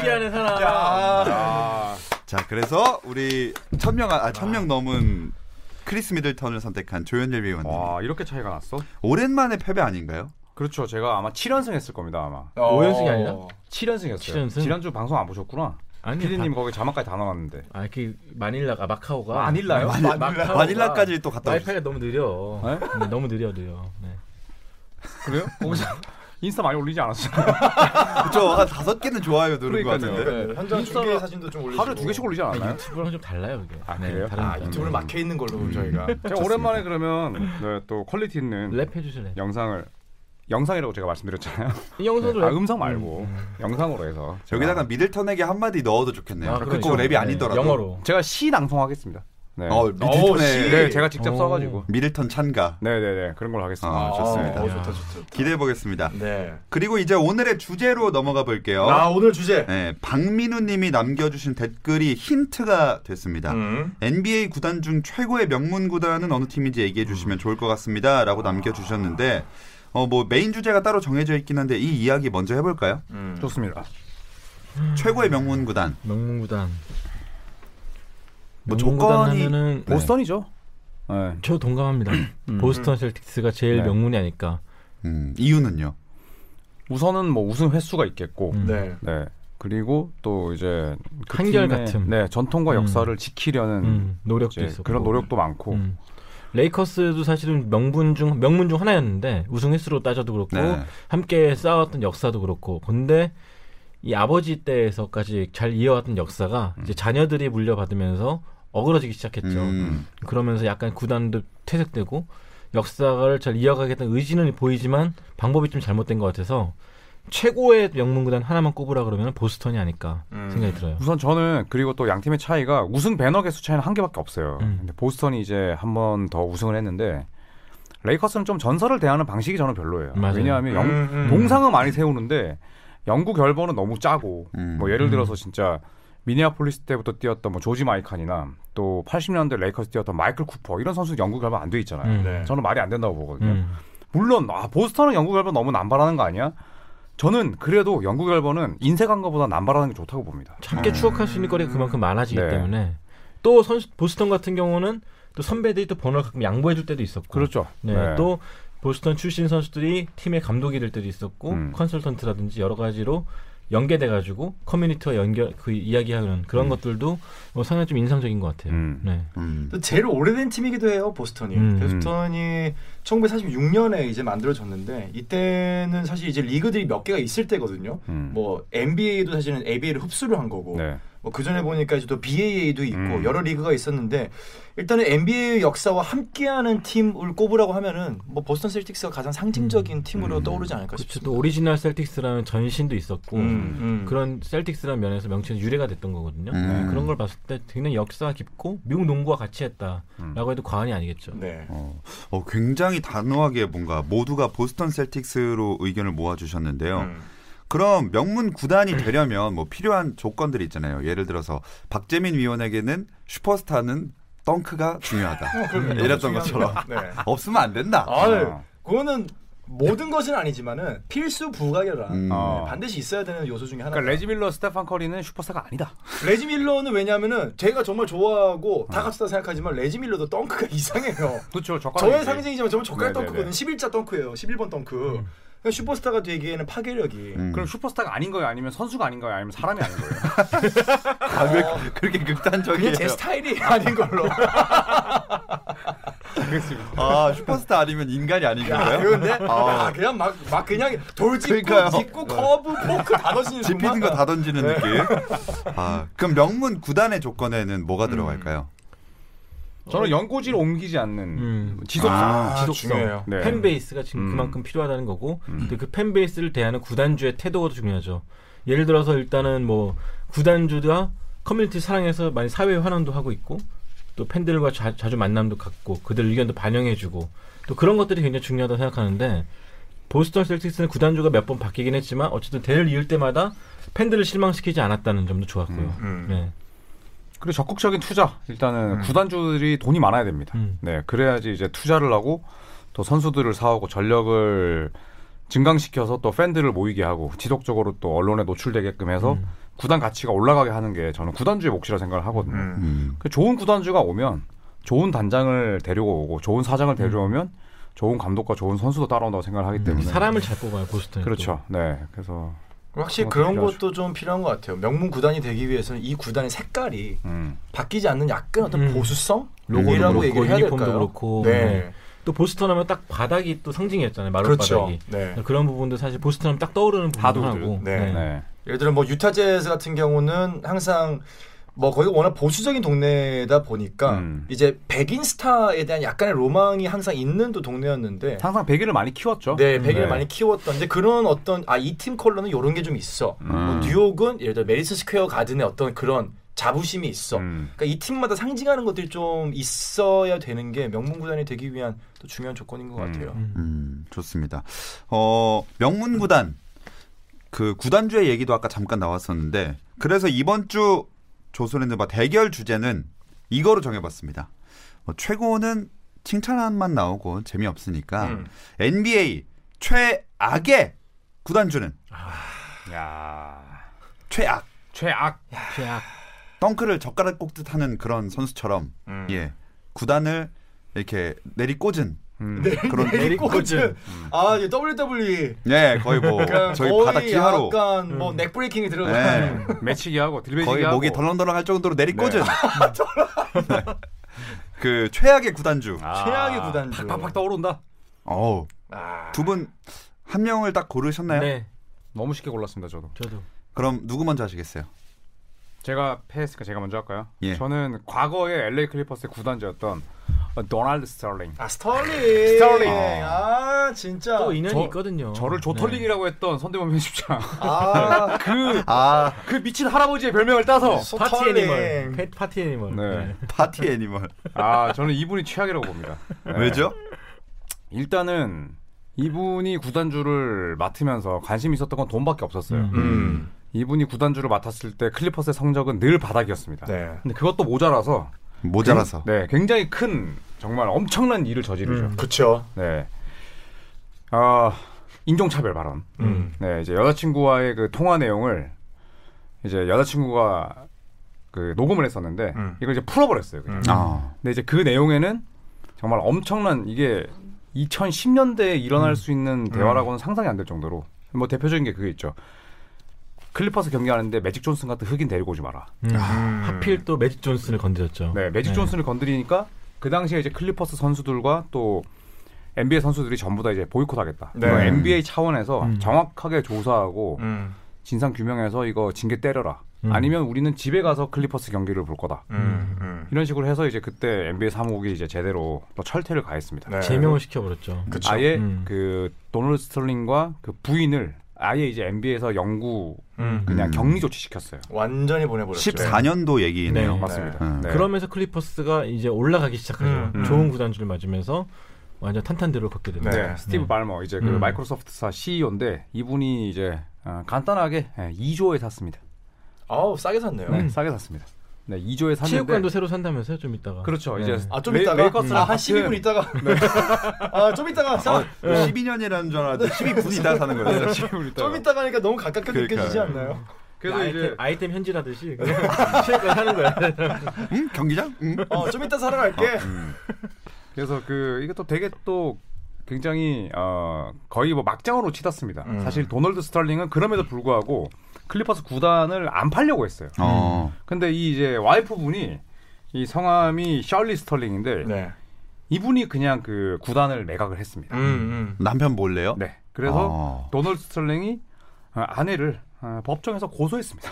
C: 쪼네.
D: 하는 사람.
C: 야.
E: 아,
B: 자 그래서 우리 천명 아 천명 넘은 크리스 미들턴을 선택한 조현일 위원님
E: 와 이렇게 차이가 났어?
B: 오랜만에 패배 아닌가요?
E: 그렇죠. 제가 아마 7연승 했을 겁니다. 아마
B: 어.
D: 오연승이 아니라?
E: 7연승 했어요.
D: 7연승?
E: 지난주 방송 안 보셨구나.
D: 아니,
E: 피디님
D: 다-
E: 거기 자막까지 다 나왔는데.
D: 아그 마닐라 아 마카오가 네.
E: 마닐라요?
D: 마-
B: 마닐라.
D: 마카오가
B: 마닐라까지 또 갔다
D: 와이파이가 너무 느려.
E: 네?
D: 네, 너무 느려 느려. 네.
E: 그래요? 거기서 인스타 많이 올리지 않았어요?
B: 저한 다섯 개는 좋아요 누른 것
E: 그러니까요.
B: 같은데.
C: 네, 현장 중계 사진도 좀 올리고
E: 하루에 두 개씩 올리지 않았나요?
D: 유튜브랑 좀 달라요 이게. 네,
E: 아, 그래요?
D: 다른
C: 아
D: 유튜브.
B: 음.
C: 유튜브를 막혀 있는 걸로 저희가
E: 제가 오랜만에 그러면 네, 또 퀄리티 있는
D: 랩 해주실래요?
E: 영상을 영상이라고 제가 말씀드렸잖아요.
D: 이
B: 네,
D: 영상도
E: 아,
D: 랩-
E: 음성 말고 영상으로 해서
B: 여기다가 미들턴 에게 한마디 넣어도 좋겠네요.
D: 아,
B: 그
D: 그러니까.
B: 꼭 랩이
D: 네,
B: 아니더라도.
D: 영어로.
E: 제가 시 낭송하겠습니다. 네.
B: 어 미들턴의
C: 시.
E: 네, 제가 직접
D: 오.
E: 써가지고.
B: 미들턴 찬가
E: 네, 네, 네, 그런 걸로 하겠습니다.
B: 아, 좋습니다.
C: 어, 좋다 좋다.
B: 기대해 보겠습니다.
C: 네.
B: 그리고 이제 오늘의 주제로 넘어가 볼게요.
C: 나 오늘 주제.
B: 네, 박민우님이 남겨주신 댓글이 힌트가 됐습니다.
C: 음.
B: NBA 구단 중 최고의 명문 구단은 어느 팀인지 얘기해 주시면 좋을 것 같습니다라고 남겨주셨는데 어 뭐 메인 주제가 따로 정해져 있긴 한데 이 이야기 먼저 해볼까요?
C: 음.
E: 좋습니다.
B: 최고의 명문 구단
D: 명문구단.
B: 뭐
D: 명문구단
B: 조건이-
D: 하면은
B: 네.
E: 보스턴이죠. 네.
D: 저 동감합니다. 보스턴 셀틱스가 제일
E: 네.
D: 명문이 아닐까.
B: 음, 이유는요?
E: 우선은 뭐 우승 횟수가 있겠고,
D: 음.
C: 네.
E: 네. 그리고 또 이제 그
D: 한결같음.
E: 팀의, 네, 전통과
D: 음.
E: 역사를 지키려는
D: 음, 노력도
E: 이제
D: 있었고
E: 그런 노력도 많고.
D: 음. 레이커스도 사실은 명분 중 명문 중 하나였는데 우승 횟수로 따져도 그렇고
B: 네.
D: 함께 쌓아왔던 역사도 그렇고 근데 이 아버지 때에서까지 잘 이어왔던 역사가 이제 자녀들이 물려받으면서 어그러지기 시작했죠.
B: 음.
D: 그러면서 약간 구단도 퇴색되고 역사를 잘 이어가겠다는 의지는 보이지만 방법이 좀 잘못된 것 같아서 최고의 명문 구단 하나만 꼽으라 그러면 보스턴이 아닐까
C: 음.
D: 생각이 들어요.
E: 우선 저는 그리고 또 양 팀의 차이가 우승 배너 개수 차이는 한 개밖에 없어요.
D: 음.
E: 근데 보스턴이 이제 한 번 더 우승을 했는데 레이커스는 좀 전설을 대하는 방식이 저는 별로예요.
D: 맞아요.
E: 왜냐하면 영-
C: 음, 음.
E: 동상은 많이 세우는데 영구 결번은 너무 짜고
B: 음.
E: 뭐 예를 들어서 진짜 미니아폴리스 때부터 뛰었던 뭐 조지 마이칸이나 또 80년대 레이커스 뛰었던 마이클 쿠퍼 이런 선수 영구 결번 안 돼 있잖아요.
D: 음.
C: 네.
E: 저는 말이 안 된다고 보거든요.
D: 음.
E: 물론 아 보스턴은 영국 결번 너무 남발하는 거 아니야? 저는 그래도 영국 결번은 인색한 것보다 남발하는 게 좋다고 봅니다.
D: 함께 추억할 수 있는 거리가 그만큼 많아지기
E: 네.
D: 때문에 또 선수 보스턴 같은 경우는 또 선배들이 또 번호를 가끔 양보해 줄 때도 있었고
E: 그렇죠.
D: 네, 또 보스턴 출신 선수들이 팀의 감독이 될 때도 있었고
E: 음.
D: 컨설턴트라든지 여러 가지로 연계돼 가지고 커뮤니티와 연결 그 이야기하는 그런 것들도 뭐 상당히 좀 인상적인 것 같아요.
E: 음.
D: 네.
B: 음.
C: 또 제일 오래된 팀이기도 해요 보스턴이.
D: 음.
C: 보스턴이 1946년에 이제 만들어졌는데 이때는 사실 이제 리그들이 몇 개가 있을 때거든요.
E: 음.
C: 뭐 NBA도 사실은 ABA를 흡수를 한 거고
E: 네.
C: 뭐 그전에 보니까 이제 또 BAA도 있고
E: 음.
C: 여러 리그가 있었는데 일단은 NBA의 역사와 함께하는 팀을 꼽으라고 하면은 뭐 보스턴 셀틱스가 가장 상징적인 팀으로 떠오르지 않을까
D: 그렇죠.
C: 싶습니다.
D: 또 오리지널 셀틱스라는 전신도 있었고
C: 음, 음.
D: 그런 셀틱스라는 면에서 명칭이 유래가 됐던 거거든요.
B: 음.
D: 그런 걸 봤을 때 굉장히 역사가 깊고 미국 농구와 같이 했다라고 해도 과언이 아니겠죠.
C: 네.
B: 어, 어, 굉장히 단호하게 뭔가 모두가 보스턴 셀틱스로 의견을 모아주셨는데요.
C: 음.
B: 그럼 명문 구단이 되려면 뭐 필요한 조건들이 있잖아요. 예를 들어서 박재민 위원에게는 슈퍼스타는 덩크가 어, 중요하다. 이랬던 것처럼
C: 네.
B: 없으면 안 된다.
C: 아, 그거는 모든 것은 아니지만은 필수 부가결함
B: 음.
E: 어.
C: 반드시 있어야 되는 요소 중에 하나.
E: 그러니까 레지 밀러, 스테판 커리는 슈퍼스타가 아니다.
C: 레지 밀러는 왜냐면은 제가 정말 좋아하고 다 같이 다 생각하지만 레지 밀러도 덩크가 이상해요.
E: 그렇죠.
C: 저의 상징이지만 저는 젓가락
E: 네네네.
C: 덩크거든. 11자 덩크예요. 11번 덩크. 그러니까 슈퍼스타가 되기에는 파괴력이
B: 음.
E: 그럼 슈퍼스타가 아닌 거예요? 아니면 선수가 아닌 거예요? 아니면 사람이 아닌 거예요?
B: 아, 왜 그- 그렇게 극단적이에요?
C: 그게 제 스타일이 아닌 걸로.
E: 알겠습니다.
B: 아 슈퍼스타 아니면 인간이 아닌
C: 야,
B: 건가요? 네? 아.
C: 그런데 야, 그냥 막, 막 그냥 돌짚고
B: 그러니까요.
C: 짚고 커브 포크 다 던지는
B: 집히는 거 다 던지는 느낌. 아 그럼 명문 구단의 조건에는 뭐가 들어갈까요?
E: 저는 연고지를 옮기지 않는
D: 음.
E: 지속성.
B: 아,
D: 지속성,
C: 중요해요.
E: 네.
D: 팬베이스가 지금
E: 음.
D: 그만큼 필요하다는 거고 근데 그 팬베이스를 대하는 구단주의 태도가 중요하죠. 예를 들어서 일단은 뭐 구단주가 커뮤니티 사랑해서 많이 사회 환원도 하고 있고 또 팬들과 자, 주 만남도 갖고 그들 의견도 반영해주고 또 그런 것들이 굉장히 중요하다고 생각하는데 보스턴 셀틱스는 구단주가 몇 번 바뀌긴 했지만 어쨌든 대를 이을 때마다 팬들을 실망시키지 않았다는 점도 좋았고요.
E: 음.
B: 음.
D: 네.
E: 그리고 적극적인 투자. 일단은 구단주들이 돈이 많아야 됩니다.
D: 음.
E: 네, 그래야지 이제 투자를 하고 또 선수들을 사오고 전력을 증강시켜서 또 팬들을 모이게 하고 지속적으로 또 언론에 노출되게끔 해서 구단 가치가 올라가게 하는 게 저는 구단주의 몫이라 생각을 하거든요.
B: 음.
E: 그 좋은 구단주가 오면 좋은 단장을 데리고 오고 좋은 사장을 데려오면 좋은 감독과 좋은 선수도 따라온다고 생각하기 을
D: 음.
E: 때문에
D: 사람을 잘 뽑아요 보스턴이.
E: 그렇죠. 네, 그래서
C: 확실히
E: 그런
C: 그런
E: 것도
C: 것도 좀 필요한 것 같아요. 명문 구단이 되기 위해서는 이 구단의 색깔이
E: 음.
C: 바뀌지 않는 약간 어떤
D: 음.
C: 보수성?
D: 로고도
C: 이라고
D: 그렇고,
C: 얘기를 해야
D: 유니폼도
C: 될까요?
D: 그렇고,
C: 네.
D: 네. 또 보스턴 하면 딱 바닥이 또 상징이었잖아요. 마룻
C: 그렇죠.
D: 바닥이.
C: 네.
D: 그런 부분도 사실 보스턴 하면 딱 떠오르는 부분도
E: 하도들.
D: 하고.
C: 네.
E: 네.
C: 예를 들어 뭐 유타 재즈 같은 경우는 항상 뭐 거기가 워낙 보수적인 동네다 보니까
E: 음.
C: 이제 백인 스타에 대한 약간의 로망이 항상 있는 또 동네였는데
E: 항상 백일을 많이 키웠죠.
D: 음,
C: 네, 백인을
E: 네.
C: 많이 키웠던데 그런 어떤 아 이 팀 컬러는 이런 게 좀 있어.
D: 음.
C: 뭐 뉴욕은 예를 들어 메리스 스퀘어 가든의 어떤 그런 자부심이 있어.
E: 음.
C: 그러니까 이 팀마다 상징하는 것들이 좀 있어야 되는 게 명문 구단이 되기 위한 또 중요한 조건인 것 같아요.
B: 음, 좋습니다. 어, 명문 구단 그 구단주의 얘기도 아까 잠깐 나왔었는데 그래서 이번 주 조선랜드바 대결 주제는 이거로 정해봤습니다. 뭐 최고는 칭찬만 나오고 재미없으니까
C: 음.
B: NBA 최악의 구단주는
E: 야
B: 최악
E: 최악.
D: 최악.
B: 덩크를 젓가락 꽂듯 하는 그런 선수처럼
C: 음.
B: 예 구단을 이렇게 내리꽂은
E: 음.
B: 그런
C: 꽂은 아 이제 WWE
B: 예 거의 뭐
C: 그러니까
B: 저희
C: 거의 네.
B: 바닥 기하로
C: 약간 뭐 넥브레이킹이 들어간
B: 예.
E: 매치기하고 딜베지기하고
B: 거의
C: 그러니까
B: 목이 덜렁덜렁할 정도로 내리꽂은
C: 아,
B: 네. 그 최악의 구단주.
E: 아.
C: 최악의 구단주.
E: 팍팍팍 떠오른다.
B: 어우
C: 아,
B: 두 분 한 명을 딱 고르셨나요?
D: 네.
E: 너무 쉽게 골랐습니다, 저도.
D: 저도.
B: 그럼 누구 먼저 하시겠어요?
E: 제가 패했으니까 제가 먼저 할까요?
B: 예.
E: 저는 과거에 LA 클리퍼스의 구단주였던 어, 도널드 스털링.
C: 아 스털링
E: 스털링.
C: 아 진짜
D: 또 인연이
E: 저-
D: 있거든요. 네.
E: 저를 조털링이라고 했던 선대범 회집장.
C: 아
E: 그,
B: 아
E: 그 미친 할아버지의 별명을 따서.
D: 네. 파티 애니멀.
C: 스털링.
D: 패- 파티 애니멀.
E: 네.
D: 네.
B: 파티 애니멀.
E: 아, 저는 이분이 최악이라고 봅니다. 네.
B: 왜죠?
E: 일단은 이분이 구단주를 맡으면서 관심이 있었던 건 돈밖에 없었어요.
D: 음.
C: 음.
E: 이분이 구단주를 맡았을 때 클리퍼스의 성적은 늘 바닥이었습니다.
C: 네.
E: 근데 그것도 모자라서
B: 모자라서.
E: 네, 굉장히 큰 정말 엄청난 일을 저지르죠.
C: 그렇죠.
E: 네. 아, 인종차별 발언.
C: 음.
E: 네, 이제 여자친구와의 그 통화 내용을 이제 여자친구가 그 녹음을 했었는데
C: 음.
E: 이걸 이제 풀어버렸어요. 그냥.
B: 아
E: 근데 이제 그 내용에는 정말 엄청난 이게 2010년대에 일어날 수 있는 대화라고는 상상이 안 될 정도로 뭐 대표적인 게 그게 있죠. 클리퍼스 경기하는데 매직 존슨 같은 흑인 데리고 오지 마라.
D: 음.
C: 아,
D: 하필 또 매직 존슨을 건드렸죠.
E: 네, 매직 존슨을 건드리니까 그 당시에 이제 클리퍼스 선수들과 또 NBA 선수들이 전부 다 이제 보이콧하겠다.
C: 네.
E: 이거 NBA 차원에서
D: 음.
E: 정확하게 조사하고
C: 음.
E: 진상 규명해서 이거 징계 때려라.
D: 음.
E: 아니면 우리는 집에 가서 클리퍼스 경기를 볼 거다.
C: 음. 음.
E: 이런 식으로 해서 이제 그때 NBA 사무국이 이제 제대로 또 철퇴를 가했습니다.
C: 네.
D: 제명을 시켜버렸죠.
C: 그쵸.
E: 아예
D: 음.
E: 그 도널드 스털링과 그 부인을 아예 이제 NBA에서 영구
C: 음.
E: 그냥
B: 음.
E: 격리 조치시켰어요.
C: 완전히 보내버렸죠.
B: 14년도 얘기네요.
D: 네.
E: 맞습니다.
B: 음.
E: 네.
D: 그러면서 클리퍼스가 이제 올라가기 시작하죠.
C: 음.
D: 좋은
C: 음.
D: 구단주를 맞으면서 완전 탄탄대로 걷게 됩니다.
E: 네, 스티브 발머 이제 그
D: 음.
E: 마이크로소프트사 CEO인데 이분이 이제 어, 간단하게 2조에 샀습니다.
C: 아우 싸게 샀네요.
E: 네, 싸게 샀습니다. 네, 2조에 샀는데
D: 체육관도 새로 산다면서요? 좀 이따가.
E: 그렇죠.
D: 네.
E: 이제
C: 아 좀
E: 웨-
C: 있다가
E: 웨이커스랑
C: 아, 한
E: 같은-
C: 12분 있다가 아 좀 있다가 사-
B: 어, 12년이라는 줄 알았는데 12분 이다 사는 거예요.
C: 좀
E: 네.
C: 있다가 하니까 너무 가깝게
B: 그러니까요.
C: 느껴지지 않나요?
E: 그래서
D: 아이템,
E: 이제
D: 아이템 현질하듯이 그냥 체육관 사는 거야.
B: 응? 음, 경기장? 응?
C: 어 좀 이따 사러 갈게.
E: 그래서 그 이게 또 되게 또 굉장히 어 거의 뭐 막장으로 치닫습니다.
C: 음.
E: 사실 도널드 스탈링은 그럼에도 불구하고 클리퍼스 구단을 안 팔려고 했어요.
B: 어.
E: 근데 이 이제 와이프분이 이 성함이 셜리 스털링인데
C: 네.
E: 이분이 그냥 그 구단을 매각을 했습니다.
C: 음. 음.
B: 남편 몰래요?
E: 네. 그래서
B: 어.
E: 도널드 스털링이 어, 아내를 어, 법정에서 고소했습니다.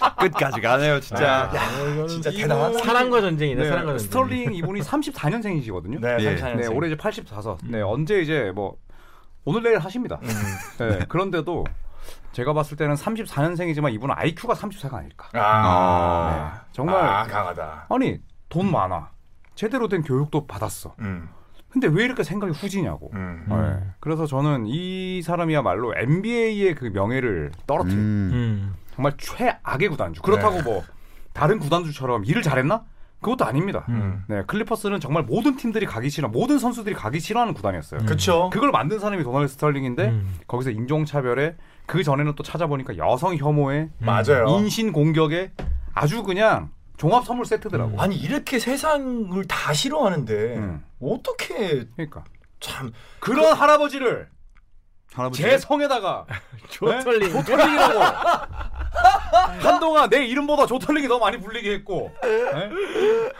B: 아, 끝까지 가네요,
C: 아,
B: 진짜.
D: 어, 이거는
C: 진짜
D: 이거
C: 대단하다.
D: 사랑과 전쟁이네. 사랑과 전쟁.
E: 스털링 이분이 34년생이시거든요.
C: 네. 음.
B: 예.
C: 삼십사 년생.
E: 올해 이제 84서. 네, 언제 이제 뭐 오늘 내일
C: 음.
E: 하십니다. 네, 그런데도 제가 봤을 때는 34년생이지만 이분은 IQ가 34가 아닐까.
C: 아.
E: 네, 정말.
C: 아, 강하다.
E: 아니, 돈 많아. 제대로 된 교육도 받았어.
C: 음.
E: 근데 왜 이렇게 생각이 후지냐고.
C: 음.
E: 네, 그래서 저는 이 사람이야말로 NBA의 그 명예를 떨어뜨린
B: 음.
D: 음.
E: 정말 최악의
C: 네.
E: 구단주. 그렇다고 뭐 다른 구단주처럼 일을 잘했나? 그것도 아닙니다.
C: 음.
E: 네, 클리퍼스는 정말 모든 팀들이 가기 싫어, 모든 선수들이 가기 싫어하는
C: 음.
E: 구단이었어요.
C: 그쵸.
E: 그걸 만든 사람이 도널드 스털링인데
D: 음.
E: 거기서 인종차별에 그 전에는 또 찾아보니까 여성 혐오에
D: 음.
C: 맞아요.
E: 인신 공격에 아주 그냥 종합 선물 세트더라고.
C: 그,
D: 음.
C: 아니 이렇게 세상을 다 싫어하는데
E: 음.
C: 어떻게
E: 그러니까
C: 참
E: 그런 할아버지를
B: 할아버지.
E: 제 성에다가
D: 조털링.
E: 조털링이라고 한동안 내 이름보다 조털링이 더 많이 불리게 했고 네?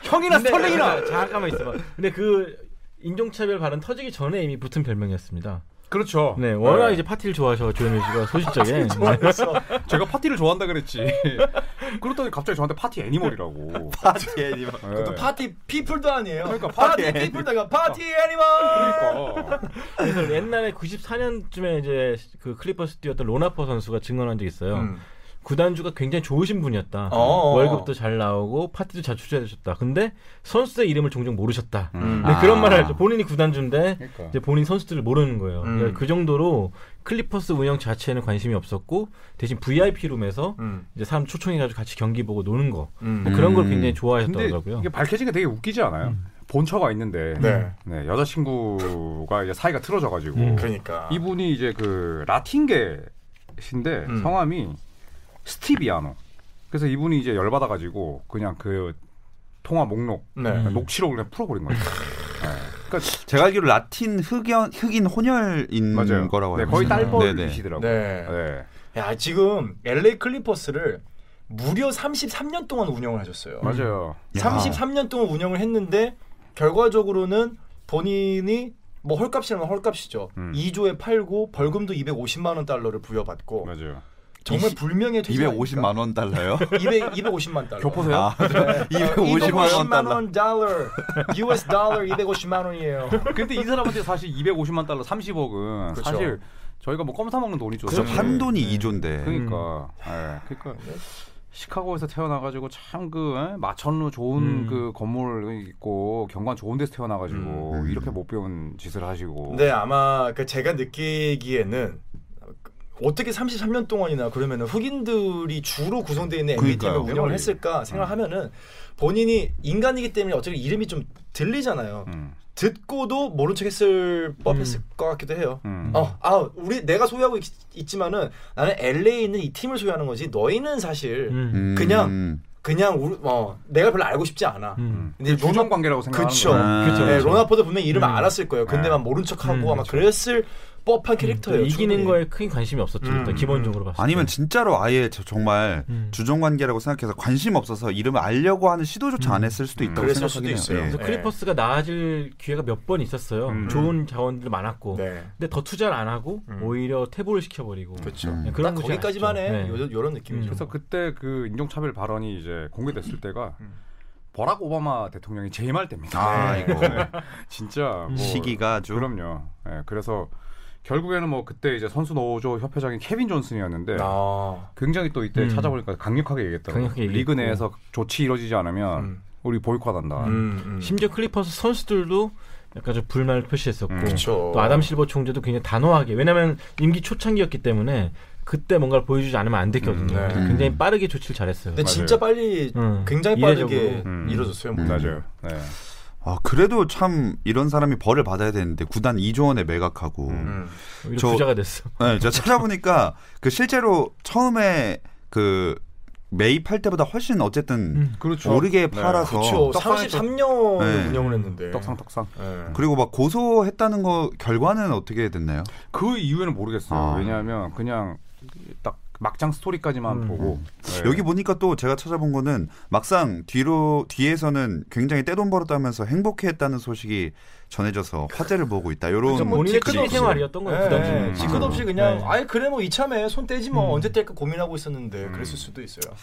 E: 형이나
D: 근데
E: 스털링이나
D: 잠깐- 잠깐만 있어봐. 근데 그 인종차별 발언 터지기 전에 이미 붙은 별명이었습니다.
E: 그렇죠.
D: 네, 워낙
E: 네.
D: 이제 파티를 좋아하셔 조현민 씨가 소식적에.
C: 좋아했어.
E: 제가 파티를 좋아한다 그랬지. 그랬더니 갑자기 저한테 파티 애니멀이라고.
B: 파티 애니멀.
C: 그것도 파티 피플도 아니에요.
E: 그러니까
C: 파티,
E: 파티
D: 예.
C: 피플다가 파티 애니멀.
E: 그러니까.
D: 그래서 옛날에 94년쯤에 이제 그 클리퍼스 뛰었던 로나퍼 선수가 증언한 적이 있어요.
C: 음.
D: 구단주가 굉장히 좋으신 분이었다.
C: 어어.
D: 월급도 잘 나오고 파티도 잘 주재해주셨다. 근데 선수의 이름을 종종 모르셨다.
C: 음.
D: 네, 그런
B: 아.
D: 말을 하죠. 본인이 구단주인데
E: 그러니까.
D: 이제 본인 선수들을 모르는 거예요.
C: 음.
D: 그러니까 그 정도로 클리퍼스 운영 자체에는 관심이 없었고 대신 VIP 룸에서
C: 음.
D: 이제 사람 초청해가지고 같이 경기 보고 노는 거.
C: 음.
D: 뭐 그런 걸
B: 음.
D: 굉장히
E: 근데
D: 좋아하셨더라고요.
E: 이게 밝혀진 게 되게 웃기지 않아요? 본처가 있는데
C: 네.
E: 네, 여자친구가 이제 사이가 틀어져가지고
D: 음.
C: 그러니까.
E: 이분이 이제 그 라틴계신데
C: 음.
E: 성함이 스티비아노. 그래서 이분이 이제 열받아가지고 그냥 그 통화 목록
C: 네.
E: 그냥 녹취록을 그냥 풀어버린 거예요.
B: 제가 알기로 라틴 흑연, 흑인 혼혈인 음. 거라고
E: 네,
B: 알고
E: 거의
B: 있어요.
E: 딸벌이시더라고요.
C: 네.
E: 네.
C: 야 지금 LA 클리퍼스를 무려 33년 동안 운영을 하셨어요.
E: 맞아요.
B: 음. 야.
C: 33년 동안 운영을 했는데 결과적으로는 본인이 뭐 헐값이라면 헐값이죠.
E: 음.
C: 2조에 팔고 벌금도 250만 원 달러를 부여받고
E: 맞아요.
C: 정말
B: 뭐, 이십-
C: 불명예 퇴직
B: 250만 원 달러요.
C: 200, 250만 달러. 어,
E: 교포세요?
B: 아, 250만 원 달러.
C: 달러. US 달러 250만 원이에요.
E: 근데 이 사람한테 사실 250만 달러 30억은
C: 그쵸.
E: 사실 저희가 뭐 껌 사 먹는 돈이죠.
B: 그죠?
E: 사실.
B: 판 돈이 2조인데.
E: 그러니까. 예, 그러니까 시카고에서 태어나가지고 참 그 마천루 좋은
D: 음.
E: 그 건물 있고 경관 좋은 데서 태어나가지고
B: 음.
E: 이렇게 못 배운 짓을 하시고.
C: 근데 아마 그 제가 느끼기에는 어떻게 33년 동안이나 그러면은 흑인들이 주로 구성되어 있는 NBA 팀을
B: 그러니까요. 음.
C: 운영을 했을까 생각하면은 본인이 인간이기 때문에 어차피 이름이 좀 들리잖아요.
E: 음.
C: 듣고도 모른 척했을 법했을 것 같기도 해요.
E: 음.
C: 어, 아, 우리 내가 소유하고 있, 지만은 나는 LA에 있는 이 팀을 소유하는 거지. 너희는 사실
D: 음.
B: 음.
C: 그냥 그냥 우리, 어, 내가 별로 알고 싶지 않아.
D: 음.
C: 근데 로나-
E: 노정 관계라고 생각하는
C: 그쵸.
E: 거예요.
D: 그쵸.
C: 네,
D: 그렇죠.
C: 로나포도 분명히 이름 알았을 거예요. 근데만
E: 네.
C: 모른 척하고
D: 음,
C: 아마 그랬을 법한 캐릭터예요.
D: 이기는
C: 충분히.
D: 거에 큰 관심이 없었죠.
C: 음.
D: 일단 기본적으로 봤을 때.
B: 아니면 진짜로 아예 저- 정말
D: 음.
B: 주종 관계라고 생각해서 관심 없어서 이름을 알려고 하는 시도조차 안 했을 수도 있다고
C: 그랬을 수도
B: 생각하긴
C: 있어요.
B: 해요.
D: 그래서
C: 네.
D: 클리퍼스가 나아질 기회가 몇 번 있었어요.
E: 음.
D: 좋은 자원들 많았고.
C: 네.
D: 근데 더 투자를 안 하고
C: 음.
D: 오히려 퇴보를 시켜버리고.
C: 그렇죠.
B: 음.
D: 네,
C: 딱
D: 그런 곳이
C: 거기까지만
D: 아쉽죠.
C: 해.
D: 네.
C: 요, 요런 느낌이죠.
E: 그래서 그때 그 인종차별 발언이 이제 공개됐을 때가
C: 음.
E: 버락 오바마 대통령이 재임할 때입니다.
B: 아,
C: 네.
B: 이거
E: 진짜 뭐
B: 시기가 아주
E: 그럼요. 예, 그래서 결국에는 뭐 그때 이제 선수 노조 협회장이 케빈 존슨이었는데
C: 아.
E: 굉장히 또 이때
D: 음.
E: 찾아보니까 강력하게 얘기했다고.
D: 강력하게
E: 리그
D: 얘기했고.
E: 내에서 조치 이루어지지 않으면
C: 음.
E: 우리 보이콧한다.
C: 음, 음.
D: 네. 심지어 클리퍼스 선수들도 약간 좀 불만을 표시했었고
E: 음,
C: 그쵸.
D: 또 아담 실버 총재도 굉장히 단호하게 왜냐면 임기 초창기였기 때문에 그때 뭔가를 보여주지 않으면 안 됐거든요.
C: 음, 네.
D: 그래서 굉장히 빠르게 조치를 잘했어요.
C: 근데 진짜 빨리
D: 음.
C: 굉장히 빠르게
D: 이례적으로.
E: 음.
C: 이뤄졌어요. 뭐.
E: 맞아요. 네.
B: 아 그래도 참 이런 사람이 벌을 받아야 되는데 구단 2조 원에 매각하고
C: 음.
D: 오히려
B: 저-
D: 부자가 됐어.
B: 네, 제가 찾아보니까 그 실제로 처음에 그 매입할 때보다 훨씬 어쨌든
D: 음.
E: 그렇죠.
B: 모르게
E: 네.
B: 팔아서
C: 그렇죠.
B: 떡상에서-
C: 33년을
B: 네.
C: 운영을 했는데.
E: 떡상 떡상.
C: 예.
B: 그리고 막 고소했다는 거 결과는 어떻게 됐나요?
E: 그 이유는 모르겠어요.
B: 아.
E: 왜냐하면 그냥 딱 막장 스토리까지만 보고 네.
B: 여기 보니까 또 제가 찾아본 거는 막상 뒤로 뒤에서는 굉장히 떼돈 벌었다면서 행복해했다는 소식이 전해져서 화제를 보고 있다.
C: 그죠,
B: 이런
C: 뭐
D: 본인의
C: 뒤끝
D: 끝이
C: 없이.
D: 생활이었던 거예요. 부담
C: 예,
D: 네.
C: 예. 뒤끝 없이 그냥
D: 네.
C: 아예 그래 뭐 이참에 손 떼지 뭐
D: 음.
C: 언제 뗄까 고민하고 있었는데
E: 음.
C: 그랬을 수도 있어요.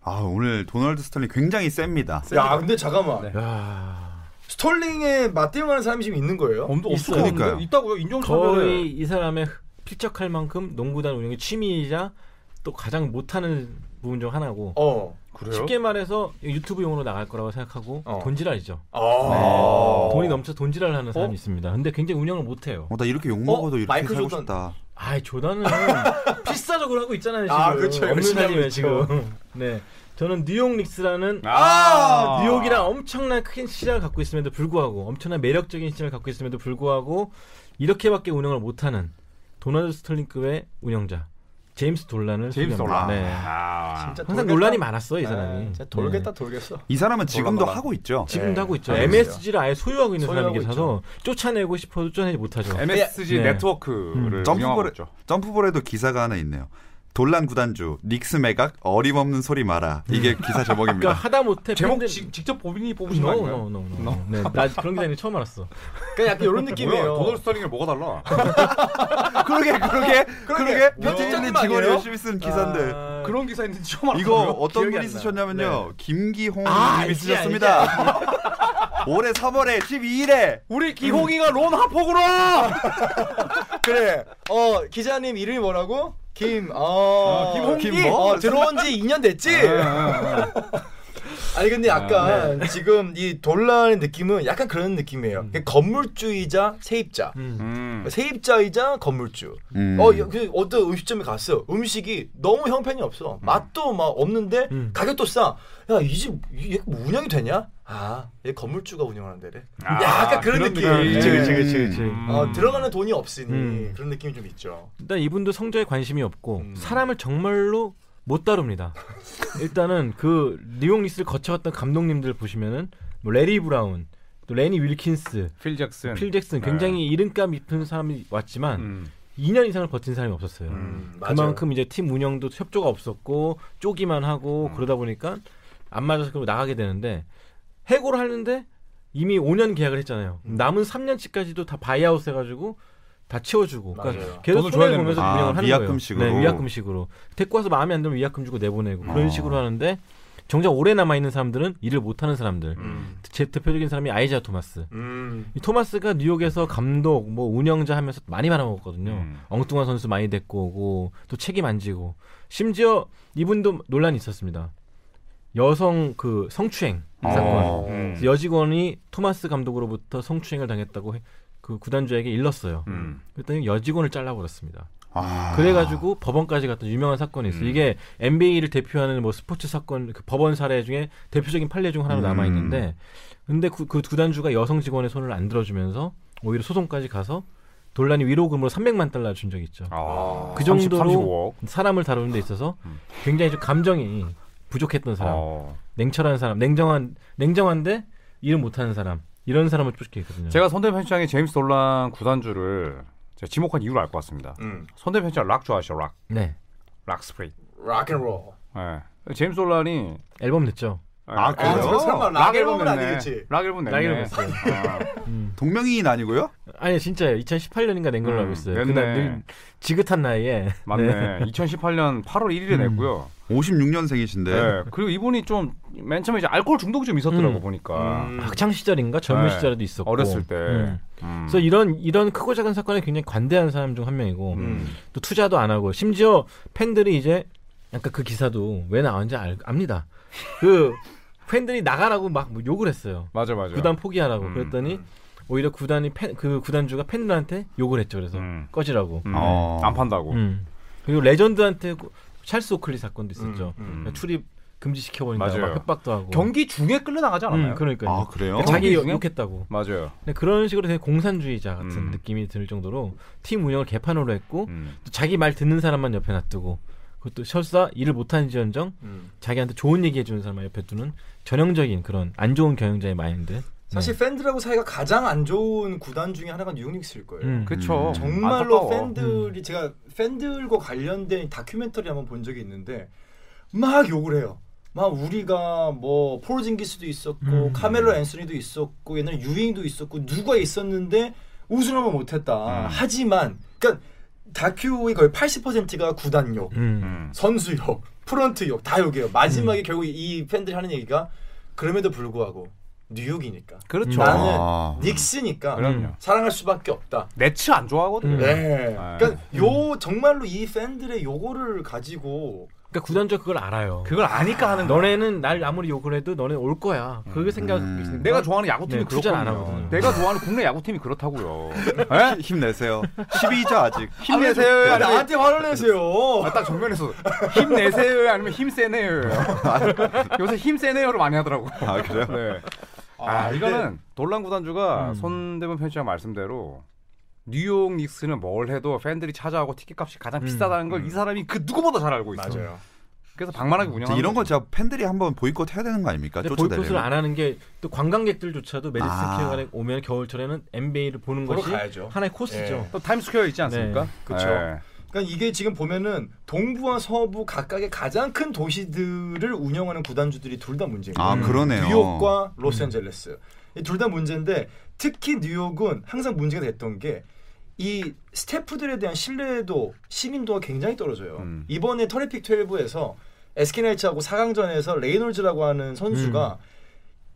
B: 아 오늘 도널드 스털링 굉장히 셉니다.
C: 야 근데 잠깐만
D: 네. 야,
C: 스털링에 맞대응하는 사람이 지금 있는 거예요?
E: 엄도
D: 있어요.
E: 없어요.
B: 그러니까요.
E: 있다고요. 인종차별에
C: 음.
D: 거의 이 사람의 필적할 만큼 농구단 운영의 취미이자 또 가장 못하는 부분 중 하나고
C: 어.
E: 그래요?
D: 쉽게 말해서 유튜브용으로 나갈 거라고 생각하고
C: 어.
D: 돈지랄이죠.
C: 아. 네.
D: 돈이 넘쳐 돈지랄 하는 사람이
E: 어?
D: 있습니다. 근데 굉장히 운영을 못해요.
B: 어, 나 이렇게 욕 먹어도
C: 어?
B: 이렇게
C: 마이클
B: 살고
C: 조던.
B: 싶다.
D: 아이 조단은 필사적으로 하고 있잖아요 지금.
C: 아, 그렇죠. 열심히 하고
D: 엄청나게
C: 있죠.
D: 지금. 네, 저는 뉴욕 닉스라는
E: 아,
D: 뉴욕이랑 엄청난 큰 시장을 갖고 있음에도 불구하고 엄청난 매력적인 시장을 갖고 있음에도 불구하고 이렇게밖에 운영을 못하는 도널드 스털링급의 운영자 제임스 돌란을
E: 제임스
D: 소개합니다.
E: 올라.
D: 네.
E: 아.
C: 진짜
D: 항상
C: 돌겠다.
D: 논란이 많았어 이 네. 사람이.
C: 아, 진짜 돌겠다 돌겠어.
B: 이 사람은 지금도
E: 놀라봐라.
B: 하고 있죠.
D: 네. 지금도
C: 네.
D: 하고 있죠.
C: 네.
D: MSG를 아예 소유하고 있는
C: 소유하고
D: 사람이라서 쫓아내고 싶어도 쫓아내지 못하죠.
E: MSG
D: 네.
E: 네트워크를 운영하고
B: 음. 점프볼에
E: 있죠.
B: 점프볼에도 기사가 하나 있네요. 돈란 구단주 닉스 매각 어림없는 소리 마라. 이게 기사
D: 그러니까
B: 제목입니다.
D: 하다 못해
E: 제목 지- 직접 본인이 뽑으신 거 아닌가요?
D: 노노노노 노. 네, 나 그런 기사님 처음 알았어.
C: 그러니까 약간 이런 느낌이에요.
E: 도널 스타링을 뭐가 달라?
B: 그러게 그러게 그러게
C: 뭐야?
B: 편집자님
C: 뭐야?
B: 직원이
C: 아니에요? 아,
B: 열심히 쓴 기사인데
C: 네.
E: 그런 기사 있는지 처음 알았어요.
B: 이거 어떤
D: 기억이 안
B: 분이
D: 나요.
B: 쓰셨냐면요. 김기홍
D: 아,
B: 님이
D: 알지,
B: 쓰셨습니다. 올해 3월에 12일에
E: 우리 기홍이가 론 하폭으로
C: 그래. 어 기자님 이름이 뭐라고? 김. 어.
E: 아, 김홍기?
C: 김 뭐? 어, 들어온 지 2년 됐지.
E: 네,
C: 아니 근데 약간 지금 이 돌란의 느낌은 약간 그런 느낌이에요. 건물주이자 세입자.
D: 음.
C: 세입자이자 건물주.
B: 음.
C: 어, 여- 그 어떤 음식점에 갔어. 음식이 너무 형편이 없어. 맛도 막 없는데
D: 음.
C: 가격도 싸. 야, 이 집 얘 운영이 되냐? 아, 얘 건물주가 운영하는데래.
E: 아,
C: 약간 그런,
E: 그런
C: 느낌. 네.
E: 느낌. 그치, 그치,
D: 음.
C: 어, 들어가는 돈이 없으니
D: 음.
C: 그런 느낌이 좀 있죠.
D: 일단 이분도 성적에 관심이 없고
C: 음.
D: 사람을 정말로 못 다룹니다. 일단은 그 뉴욕 닉스를 거쳐갔던 감독님들 보시면은 뭐 레리 브라운, 또 레니 윌킨스,
E: 필 잭슨.
D: 필 잭슨 굉장히 이름값 깊은 사람이 왔지만
E: 네. 음.
D: 2년 이상을 버틴 사람이 없었어요.
C: 음, 맞아요.
D: 그만큼 이제 팀 운영도 협조가 없었고 쪼기만 하고
C: 음.
D: 그러다 보니까 안 맞아서 그럼 나가게 되는데 해고를 하는데 이미 5년 계약을 했잖아요.
C: 음.
D: 남은 3년치까지도 다 바이아웃 해가지고 다 채워주고
C: 맞아요.
D: 그러니까 계속
E: 돈을 줘야
D: 손해
E: 되는
D: 보면서
B: 거죠.
D: 운영을
B: 아,
D: 하는
B: 위약금식으로.
D: 거예요. 네, 위약금식으로 데리고 와서 마음에 안 들면 위약금 주고 내보내고 그런
B: 어.
D: 식으로 하는데 정작 오래 남아 있는 사람들은 일을 못 하는 사람들.
C: 음.
D: 제 대표적인 사람이 아이자 토마스.
C: 음.
D: 이 토마스가 뉴욕에서 감독, 뭐 운영자 하면서 많이 말아먹었거든요.
E: 음.
D: 엉뚱한 선수 많이 데리고 오고 또 책임 안 지고 심지어 이분도 논란이 있었습니다. 여성 그 성추행 사건.
B: 어.
E: 음.
D: 여직원이 토마스 감독으로부터 성추행을 당했다고 해- 그 구단주에게 일렀어요.
E: 음.
D: 그랬더니 여직원을 잘라버렸습니다.
B: 아.
D: 그래가지고 법원까지 갔던 유명한 사건이
E: 음.
D: 있어요. 이게 NBA를 대표하는 뭐 스포츠 사건 그 법원 사례 중에 대표적인 판례 중 하나로
B: 음.
D: 남아 있는데, 근데 그, 그 구단주가 여성 직원의 손을 안 들어주면서 오히려 소송까지 가서 돈란이 위로금으로 300만 달러 준 적이 있죠.
E: 아.
D: 그 정도로
E: 30, 35억.
D: 사람을 다루는 데 있어서
E: 음.
D: 굉장히 좀 감정이 부족했던 사람,
E: 어.
D: 냉철한 사람, 냉정한 냉정한데 일을 못하는 사람 이런 사람을 쫓기거든요.
E: 제가 선대 편집장의 제임스 돌란 구단주를 제가 지목한 이유를 알 것 같습니다.
C: 음.
E: 선대 편집장 락 좋아하시죠? 락.
D: 네
E: 락 스프레이.
C: 락앤롤.
E: 예. 제임스 돌란이
D: 앨범 냈죠.
B: 아, 그래요?
E: 예.
C: 저 설마 락 앨범은
E: 냈네.
C: 아니겠지?
E: 락 앨범 냈네.
D: 락 앨범 냈어요.
E: 아.
B: 동명이인 아니고요?
D: 아니 진짜요. 2018년인가 낸 걸로
E: 음,
D: 알고 있어요.
E: 냈네.
D: 그날 늘 지긋한 나이에
E: 맞네. 2018년 8월 1일에
D: 음.
E: 냈고요.
B: 56년생이신데
E: 네. 그리고 이분이 좀 맨 처음에 이제 알코올 중독이 좀 있었더라고
D: 음.
E: 보니까
C: 음.
D: 학창 시절인가 젊은
E: 네.
D: 시절에도 있었고
E: 어렸을 때.
D: 음.
E: 음.
D: 그래서 이런 이런 크고 작은 사건에 굉장히 관대한 사람 중 한 명이고
C: 음.
D: 또 투자도 안 하고 심지어 팬들이 이제 아까 그 기사도 왜 나왔는지 알, 압니다. 그 팬들이 나가라고 막뭐 욕을 했어요.
E: 맞아 맞아.
D: 구단 포기하라고
E: 음.
D: 그랬더니
C: 음.
D: 오히려 구단이 팬, 그 구단주가 팬들한테 욕을 했죠. 그래서
E: 음.
D: 꺼지라고.
E: 음.
B: 어.
E: 안 판다고.
D: 음. 그리고 레전드한테 고- 찰스 오클리 사건도 있었죠. 그러니까
C: 음,
E: 음.
D: 출입 금지시켜 버린다.
E: 맞아요.
D: 막 협박도 하고.
E: 경기 중에 끌려나가지 않았나요?
D: 음, 그러니까요.
B: 아 그래요?
D: 그러니까 자기
E: 경기
D: 욕-
E: 중에?
D: 욕했다고.
E: 맞아요.
D: 근데 그런 식으로 되게 공산주의자 같은
E: 음.
D: 느낌이 들 정도로 팀 운영을 개판으로 했고
E: 음.
D: 또 자기 말 듣는 사람만 옆에 놔두고 그것도 설사 일을 못하는지언정
C: 음.
D: 자기한테 좋은 얘기 해주는 사람만 옆에 두는 전형적인 그런 안 좋은 경영자의 마인드.
C: 사실 팬들하고 사이가 가장 안 좋은 구단 중에 하나가 뉴욕닉스일 거예요.
D: 음.
E: 그쵸.
B: 음.
C: 정말로
E: 안타까워. 음.
C: 팬들이 제가 팬들과 관련된 다큐멘터리 한번 본 적이 있는데 막 욕을 해요. 막 우리가 뭐 포르징기스도 있었고
E: 음.
C: 카멜로 앤서니도 있었고 옛날 유잉도 있었고 누가 있었는데 우승을 한번
E: 음.
C: 못했다. 하지만 그러니까 다큐의 거의 80%가 구단 욕,
D: 음.
E: 음.
C: 선수 욕, 프런트 욕 다 욕이에요. 마지막에 결국 이 팬들이 하는 얘기가 그럼에도 불구하고 뉴욕이니까
E: 그렇죠.
D: 음.
C: 나는
B: 아.
C: 닉스니까
E: 그럼요.
C: 사랑할 수밖에 없다.
E: 네츠 안 좋아하거든요.
D: 음.
C: 네.
E: 아,
C: 그러니까 요 정말로 이 팬들의 요거를 가지고
D: 그러니까 구단주 그걸 알아요.
E: 그걸 아니까 하는 거.
D: 너네는 날 아무리 욕을 해도 너네 올 거야. 그게 생각.
B: 음.
E: 내가 좋아하는 야구팀이
D: 네, 투자를 안
E: 뭐? 그렇거든요.
D: 하거든요.
E: 내가 좋아하는 국내 야구팀이 그렇다고요. 에?
B: 힘내세요. 12자 아직.
E: 힘내세요.
C: 아,
E: 아니면
C: 나한테 화를 내세요.
E: 아, 딱 정면에서 힘내세요. 아니면 힘세네요. 요새 힘세네요를 많이 하더라고.
B: 아 그래요?
E: 네. 아,
C: 근데
E: 이거는 돌란 구단주가
D: 음.
E: 손대문 편집장 말씀대로 뉴욕 닉스는 뭘 해도 팬들이 찾아오고 티켓값이 가장
D: 음.
E: 비싸다는 걸 이 사람이 그 누구보다 잘 알고 있어.
C: 맞아요.
E: 그래서 방만하게 운영하는
B: 이런 건
E: 거죠.
B: 진짜 팬들이 한번 보이콧 해야 되는 거 아닙니까?
D: 근데 보이콧을
B: 쫓아내려.
D: 안 하는 게 또 관광객들조차도 메디슨
B: 아.
D: 키어가에 오면 겨울철에는 NBA를 보는
C: 보러
D: 것이
C: 가야죠.
D: 하나의 코스죠.
E: 또 타임스퀘어 있지 않습니까?
D: 네,
C: 그쵸. 그러니까 이게 지금 보면은 동부와 서부 각각의 가장 큰 도시들을 운영하는 구단주들이 둘 다 문제예요.
B: 아 그러네요. 음.
C: 뉴욕과 로스앤젤레스 둘 다 문제인데 특히 뉴욕은 항상 문제가 됐던 게 이 스태프들에 대한 신뢰도 신임도가 굉장히 떨어져요.
E: 음.
C: 이번에 터리픽 12에서 에스키나이츠하고 4강전에서 레이놀즈라고 하는
B: 음.
C: 선수가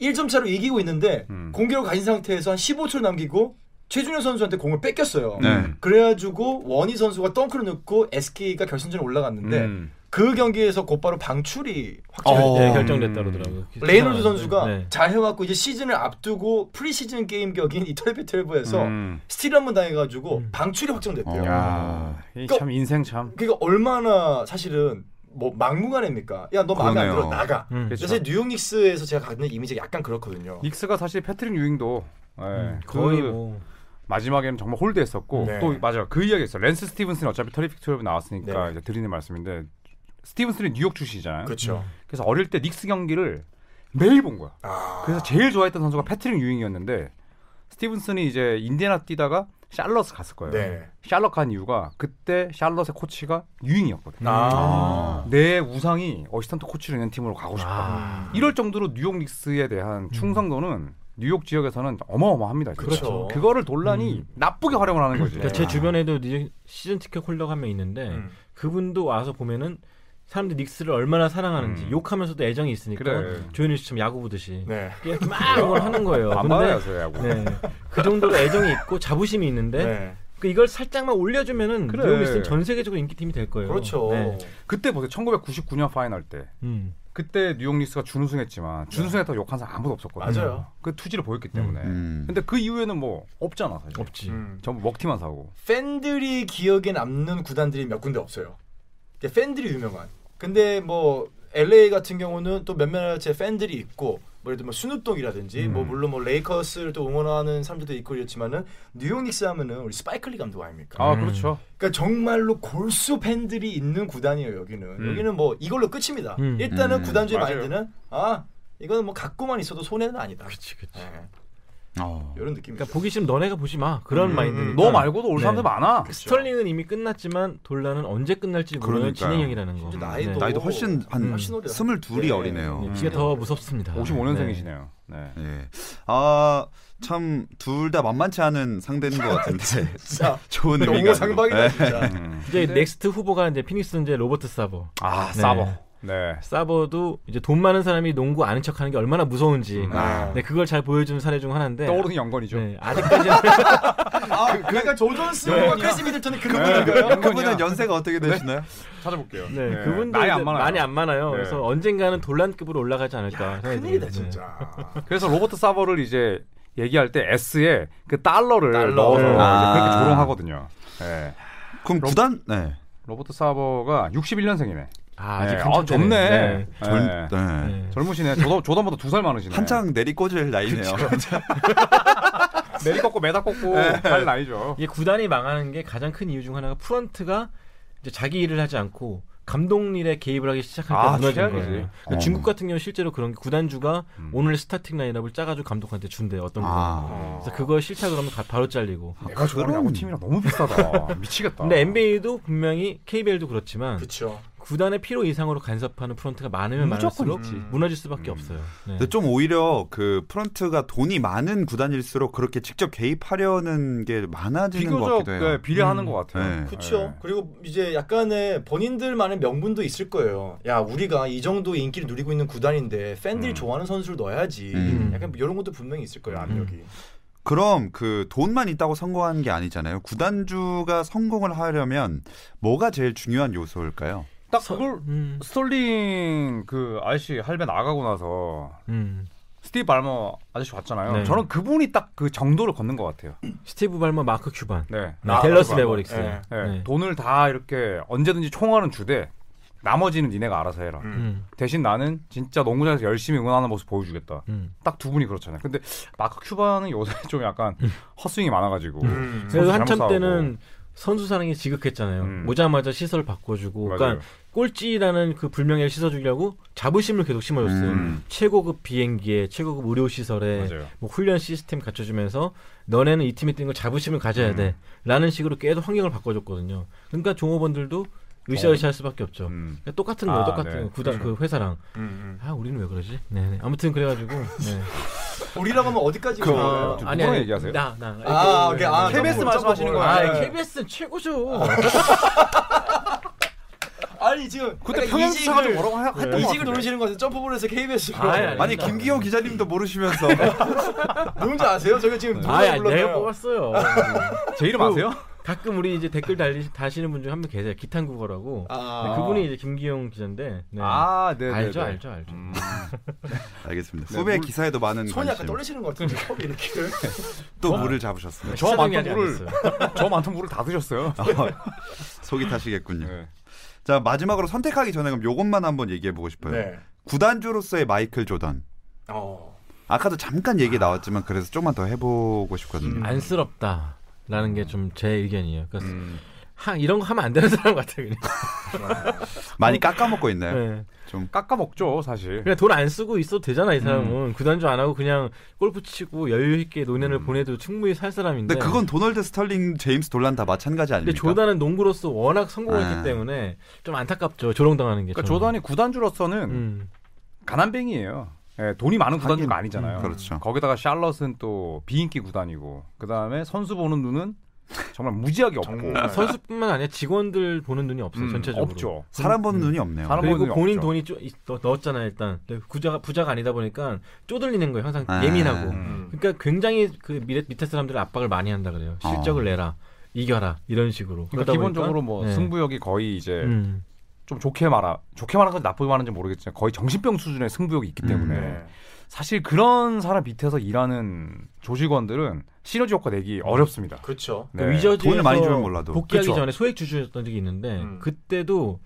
C: 1점 차로 이기고 있는데
E: 음.
C: 공격을 가진 상태에서 한 15초 남기고 최준현 선수한테 공을 뺏겼어요.
B: 네.
C: 그래가지고 원희 선수가 덩크를 넣고 SK가 결승전에 올라갔는데
E: 음.
C: 그 경기에서 곧바로 방출이
B: 어.
C: 확정됐어요.
D: 네, 결정됐다 그러더라고요.
C: 음. 레이놀드 선수가
D: 네.
C: 잘 해왔고 이제 시즌을 앞두고 프리시즌 게임 격인 이터리피 텔브에서
E: 음.
C: 스틸 한 번 당해가지고
D: 음.
C: 방출이
B: 어.
C: 확정됐대요.
B: 아.
E: 야, 이 참 인생 참.
C: 그러니까 얼마나 사실은 뭐 막무가내입니까? 야 너 마음에 안 들어
B: 그러네요.
C: 나가.
D: 음.
E: 그렇죠.
C: 요새 뉴욕 닉스에서 제가 갖는 이미지가 약간 그렇거든요.
E: 닉스가 사실 패트릭 유잉도 예,
D: 음. 거의
E: 그
D: 뭐
E: 마지막에는 정말 홀드했었고
C: 음, 네.
E: 또 맞아 그 이야기 있어. 랜스 스티븐슨이 어차피 터리픽 12 나왔으니까
C: 네.
E: 이제 드리는 말씀인데 스티븐슨이 뉴욕 출신이잖아요.
C: 그렇죠.
E: 그래서 어릴 때 닉스 경기를 매일 본 거야.
C: 아,
E: 그래서 제일 좋아했던 선수가 패트릭 유잉이었는데 스티븐슨이 이제 인디애나 뛰다가 샬럿 갔을 거예요.
C: 네.
E: 샬럿 간 이유가 그때 샬럿의 코치가 유잉이었거든. 요
C: 아.
E: 내 우상이 어시턴트 코치를 있는 팀으로 가고 싶다. 이럴 정도로 뉴욕 닉스에 대한 충성도는 뉴욕 지역에서는 어마어마합니다.
C: 그렇죠.
E: 거를 돌란이 나쁘게 활용을 하는 거지. 아,
D: 그러니까 제 주변에도 이제 시즌 티켓 홀더가 한 명 있는데
C: 음.
D: 그분도 와서 보면은 사람들이 닉스를 얼마나 사랑하는지
E: 음.
D: 욕하면서도 애정이 있으니까
E: 그래.
D: 조현일 씨처럼 야구 보듯이
C: 네.
D: 이렇게 막 이걸 하는 거예요.
E: 안 받아요, 저 야구.
D: 네. 그 정도로 애정이 있고 자부심이 있는데
C: 네.
D: 그 이걸 살짝만 올려주면은
E: 그래.
D: 뉴욕 닉스는 전 세계적으로 인기팀이 될 거예요.
C: 그렇죠.
D: 네.
E: 그때 보세요. 1999년 파이널 때.
D: 음.
E: 그때 뉴욕 닉스가 준우승했지만 준우승에 더 욕한 사람 아무도 없었거든요.
C: 맞아요.
E: 그 투지를 보였기 때문에.
B: 음.
E: 근데 그 이후에는 뭐 없잖아, 사실.
D: 없지.
C: 음.
E: 전부 먹튀만 사고.
C: 팬들이 기억에 남는 구단들이 몇 군데 없어요. 이게 팬들이 유명한. 근데 뭐 LA 같은 경우는 또 몇몇의 팬들이 있고 뭐 예를 들면 순우동이라든지 뭐
B: 음.
C: 물론 뭐 레이커스를 또 응원하는 사람들도 있고 그렇지만은 뉴욕 닉스 하면은 우리 스파이클리 감독 아닙니까?
E: 아,
D: 음.
E: 그렇죠.
C: 그러니까 정말로 골수 팬들이 있는 구단이에요 여기는
E: 음.
C: 여기는 뭐 이걸로 끝입니다
D: 음.
C: 일단은
B: 음,
C: 구단주의
E: 맞아요.
C: 마인드는 아 이거는 뭐 갖고만 있어도 손해는 아니다 예,
D: 그치, 그치.
B: 어.
C: 이런 느낌이죠
D: 그러니까 보기 싫으면 너네가 보지 마. 그런
C: 음,
D: 마인드.
E: 너 말고도 올
D: 네.
E: 사람들 많아.
D: 스털링은 이미 끝났지만 돌란은 언제 끝날지
B: 그러니까요.
D: 모르는 진행형이라는 거.
C: 이제 나이도
D: 네.
B: 나이도 훨씬 한
C: 훨씬 어려요.
B: 스물 둘이
C: 네.
B: 어리네요.
D: 네, 그게
C: 음.
D: 더 무섭습니다.
E: 55년생이시네요. 네.
B: 예. 아, 참, 둘 다 만만치 않은 상대인 것 같은데.
C: 진짜
B: 좋은 네, 의미가.
C: 너무
B: 아니고.
C: 상박이다
B: 예.
C: 진짜
E: 음.
D: 네. 이제 넥스트 후보가 이제 피닉스 이제 로버트 사버.
E: 아,
D: 네.
E: 싸버. 네.
D: 사버도 이제 돈 많은 사람이 농구 아는 척하는 게 얼마나 무서운지.
C: 아.
D: 네, 그걸 잘 보여주는 사례 중 하나인데.
E: 떠오르는 연건이죠.
D: 네, 아직까지는
C: 아, 그, 러니까 조존스와 크리스 미들턴이 그
E: 네.
C: 분인가요?
B: 그분은 연세가 어떻게 되시나요?
E: 찾아볼게요.
D: 네, 그분도
E: 나이
D: 이제
E: 안 많아요.
D: 많이 안 많아요.
E: 네.
D: 그래서 언젠가는 돌란급으로 올라가지 않을까. 생각이
C: 큰일이다
D: 드네요.
C: 진짜.
E: 그래서 로버트 사버를 이제 얘기할 때 S에 그 달러를
C: 달러.
E: 넣어서
B: 아.
E: 이제 그렇게 조롱하거든요. 예.
B: 그럼 구단? 네.
E: 로버트 사버가 61년생이네.
D: 아, 아직
E: 아,
D: 한참
E: 젊네.
D: 되네. 네.
B: 젊,
E: 네.
B: 네.
D: 네.
E: 젊으시네. 저도 저보다 두 살 많으시네.
B: 한창 내리꽂을 나이네요.
E: 내리 꺾고 매다 꺾고
B: 예.
E: 할 나이죠.
D: 이게 구단이 망하는 게 가장 큰 이유 중 하나가 프런트가 이제 자기 일을 하지 않고 감독 일에 개입을 하기 시작하니까
E: 아,
D: 무너지는
E: 최악이지.
D: 거예요. 그러니까
B: 어.
D: 중국 같은 경우 실제로 그런 게 구단주가
E: 음.
D: 오늘 스타팅 라인업을 짜가지고 감독한테 준대 요 어떤 거.
B: 아,
D: 그래서 그거 싫다 그러면 가- 바로 잘리고.
E: 내가 좋아하는
B: 그럼.
E: 야구팀이랑 너무 비싸다. 미치겠다.
D: 근데 NBA도 분명히 KBL도 그렇지만
C: 그렇죠.
D: 구단의 필요 이상으로 간섭하는 프런트가 많으면
E: 무조건
D: 많을수록
E: 있지.
D: 무너질 수밖에 없어요. 네.
B: 근데 좀 오히려 그 프런트가 돈이 많은 구단일수록 그렇게 직접 개입하려는 게 많아지는 것
E: 비교적
B: 같기도 해요.
E: 네, 비례하는
D: 음.
E: 것 같아요. 예.
B: 네.
C: 그렇죠. 그리고 이제 약간의 본인들만의 명분도 있을 거예요. 야, 우리가 이 정도 인기를 누리고 있는 구단인데 팬들이
E: 음.
C: 좋아하는 선수를 넣어야지.
B: 음.
C: 약간 이런 것도 분명히 있을 거예요. 압력이.
B: 그럼 그 돈만 있다고 성공한 게 아니잖아요. 구단주가 성공을 하려면 뭐가 제일 중요한 요소일까요?
E: 딱 그걸
D: 음,
E: 스톨링 그 아저씨 할배 나가고 나서
D: 음.
E: 스티브 발머 아저씨 왔잖아요.
D: 네.
E: 저는 그분이 딱 그 정도를 걷는 것 같아요.
D: 스티브 발머, 마크 큐반,
E: 네.
C: 아,
D: 댈러스
C: 발머.
D: 메버릭스.
C: 네.
E: 네.
D: 네.
E: 돈을 다 이렇게 언제든지 총알은 주되 나머지는 니네가 알아서 해라.
C: 음.
D: 음,
E: 대신 나는 진짜 농구장에서 열심히 응원하는 모습 보여주겠다.
D: 음.
E: 딱 두 분이 그렇잖아요. 근데 마크 큐바는 요새 좀 약간
D: 음.
E: 헛스윙이 많아가지고
C: 음.
E: 선수
D: 그래서
E: 잘못
D: 한참
E: 싸우고.
D: 때는 선수 사랑이 지극했잖아요.
E: 음.
D: 오자마자 시설 바꿔주고,
E: 맞아요.
D: 그러니까 꼴찌라는 그 불명예를 씻어주려고 자부심을 계속 심어줬어요.
B: 음.
D: 최고급 비행기에 최고급 의료 시설에
E: 맞아요.
D: 뭐 훈련 시스템 갖춰주면서 너네는 이 팀에 뛰는 걸 자부심을 가져야
E: 음.
D: 돼라는 식으로 계속 환경을 바꿔줬거든요. 그러니까 종업원들도 으쌰으쌰할 수밖에 없죠.
E: 음.
D: 그러니까 똑같은 거예요,
E: 아,
D: 똑같은
E: 네.
D: 거. 구단 그 회사랑
C: 음, 음.
D: 아 우리는 왜 그러지? 네, 네. 아무튼 그래가지고 네.
C: 우리라고 하면 어디까지 가는
D: 어,
C: 거예요?
E: 그 누구랑 얘기하세요?
D: 나, 나. 그
C: 아, 오케이. 아,
E: KBS
C: 점프, 점프
E: 말씀하시는
C: 보러.
E: 거예요.
C: 아,
D: 아,
C: 케이비-
D: KBS는 최고죠. 아,
C: 아니 지금
E: 그때
C: 약간
E: 평양
C: 이직을-
E: 차가 좀 뭐라고 하-
B: 어,
E: 했던 것
C: 이직을
E: 같은데.
C: 노리시는 거 같아요. 점프볼에서 KBS.
D: 아, 아니, 아니.
B: 아니 김기호 기자님도 모르시면서
C: 누군지 아세요? 저게 지금
D: 아,
C: 누가
D: 야, 내가
C: 불렀나요?
D: 뽑았어요.
E: 제
D: 어.
E: 이름 아세요?
D: 가끔 우리 이제 댓글 달리 다시는 분 중 한 분 계세요. 기탄국어라고.
C: 아,
D: 그분이 이제 김기용 기자인데. 네.
E: 아, 네,
D: 알죠,
E: 네, 네.
D: 알죠, 알죠.
E: 음.
B: 알겠습니다.
E: 네,
B: 후배
E: 물-
B: 기사에도 많은
C: 손이
B: 음, 관심.
C: 약간 떨리시는 것 같은데 컵이 이렇게
B: 또 물을 잡으셨습니다.
E: 저
D: 시사정이
E: 많던 물을-
D: 아니었어요.
E: 저 많던 물을 다 드셨어요.
B: 속이 타시겠군요.
E: 네.
B: 자 마지막으로 선택하기 전에 그럼 요것만 한번 얘기해 보고 싶어요.
C: 네.
B: 구단주로서의 마이클 조던.
C: 어.
B: 아까도 잠깐 얘기 나왔지만 그래서 조금만 더 해보고 싶거든요.
D: 음. 안쓰럽다라는 게 좀 제 의견이에요. 그러니까
E: 음.
D: 하, 이런 거 하면 안 되는 사람 같아요. 그냥.
B: 많이 깎아먹고 있나요?
D: 네.
B: 좀
E: 깎아 먹죠, 사실.
D: 그냥
E: 그러니까
D: 돈 안 쓰고 있어도 되잖아 이 사람은 구단주 안 하고 그냥 골프 치고 여유 있게 노년을 보내도 충분히 살 사람인데.
B: 근데 그건 도널드 스털링, 제임스 돌란 다 마찬가지
D: 네. 근데
B: 아닙니까?
D: 조단은 농구로서 워낙 성공했기
B: 아.
D: 때문에 좀 안타깝죠 조롱당하는 게.
E: 네. 그러니까
D: 저는.
E: 조단이 구단주로서는
D: 그렇죠. 음.
E: 가난뱅이에요. 예, 돈이 많은 구단주가
B: 하긴,
E: 아니잖아요.
B: 음, 그렇죠.
E: 거기다가 샬럿은 또 비인기 구단이고, 그 다음에 선수 보는 눈은 정말 무지하게 없고,
C: 정말.
D: 선수뿐만 아니라 직원들 보는 눈이 없어요
E: 음,
D: 전체적으로.
E: 없죠.
B: 사람 보는 눈이 없네요.
E: 사람 보는
D: 그리고
E: 눈이
D: 본인
E: 없죠.
D: 돈이 쪼, 있- 넣- 넣었잖아요 일단 근데 부자가 부자가 아니다 보니까 쪼들리는 거예요 항상
B: 아.
D: 예민하고
E: 음.
D: 그러니까 굉장히 그 밑에, 밑에 사람들을 압박을 많이 한다 그래요 실적을 내라 이겨라 이런 식으로
E: 어. 그러니까
D: 그러다 보니까,
E: 기본적으로 뭐
D: 네.
E: 승부욕이 거의 이제
D: 음.
E: 좀 좋게 말하 좋게 말하는 건 나쁘게 말하는지 모르겠지만 거의 정신병 수준의 승부욕이
D: 음.
E: 있기 때문에
C: 네.
E: 사실 그런 사람 밑에서 일하는 조직원들은 시너지 효과 내기 어렵습니다.
C: 그렇죠.
E: 네.
D: 그러니까 위저즈에서
B: 돈을 많이 주면 몰라도.
D: 복귀하기
E: 그쵸.
D: 전에 소액 주주였던 적이 있는데
C: 음.
D: 그때도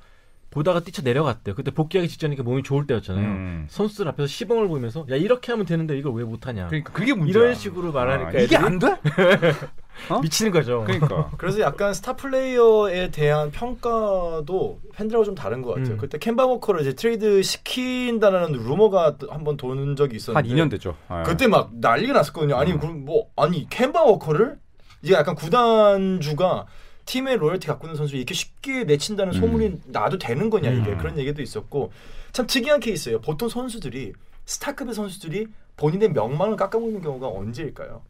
D: 보다가 뛰쳐 내려갔대요 그때 복귀하기 직전이니까 몸이 좋을 때였잖아요
E: 음.
D: 선수들 앞에서 시범을 보이면서 야 이렇게 하면 되는데 이걸 왜 못하냐
E: 그러니까 그게 문제야.
D: 이런 식으로 말하니까
E: 아, 이게
D: 애들이
E: 안 돼? 어?
D: 미치는 거죠
E: 그러니까
C: 그래서 약간 스타 플레이어에 대한 평가도 팬들하고 좀 다른 것 같아요.
D: 음.
C: 그때 캔바 워커를 이제 트레이드 시킨다라는 루머가 또 한번 도는 적이
E: 한
C: 있었는데
E: 2년 됐죠. 예.
C: 그때 막 난리가 났었거든요.
E: 음.
C: 아니 그럼 뭐 아니 캔바 워커를 이제 약간 구단주가 팀의 로열티 갖고 있는 선수 이렇게 쉽게 내친다는 소문이
E: 음.
C: 나도 되는 거냐 이게 그런 얘기도 있었고 참 특이한 케이스예요. 보통 선수들이 스타급의 선수들이 본인의 명망을 깎아먹는 경우가 언제일까요?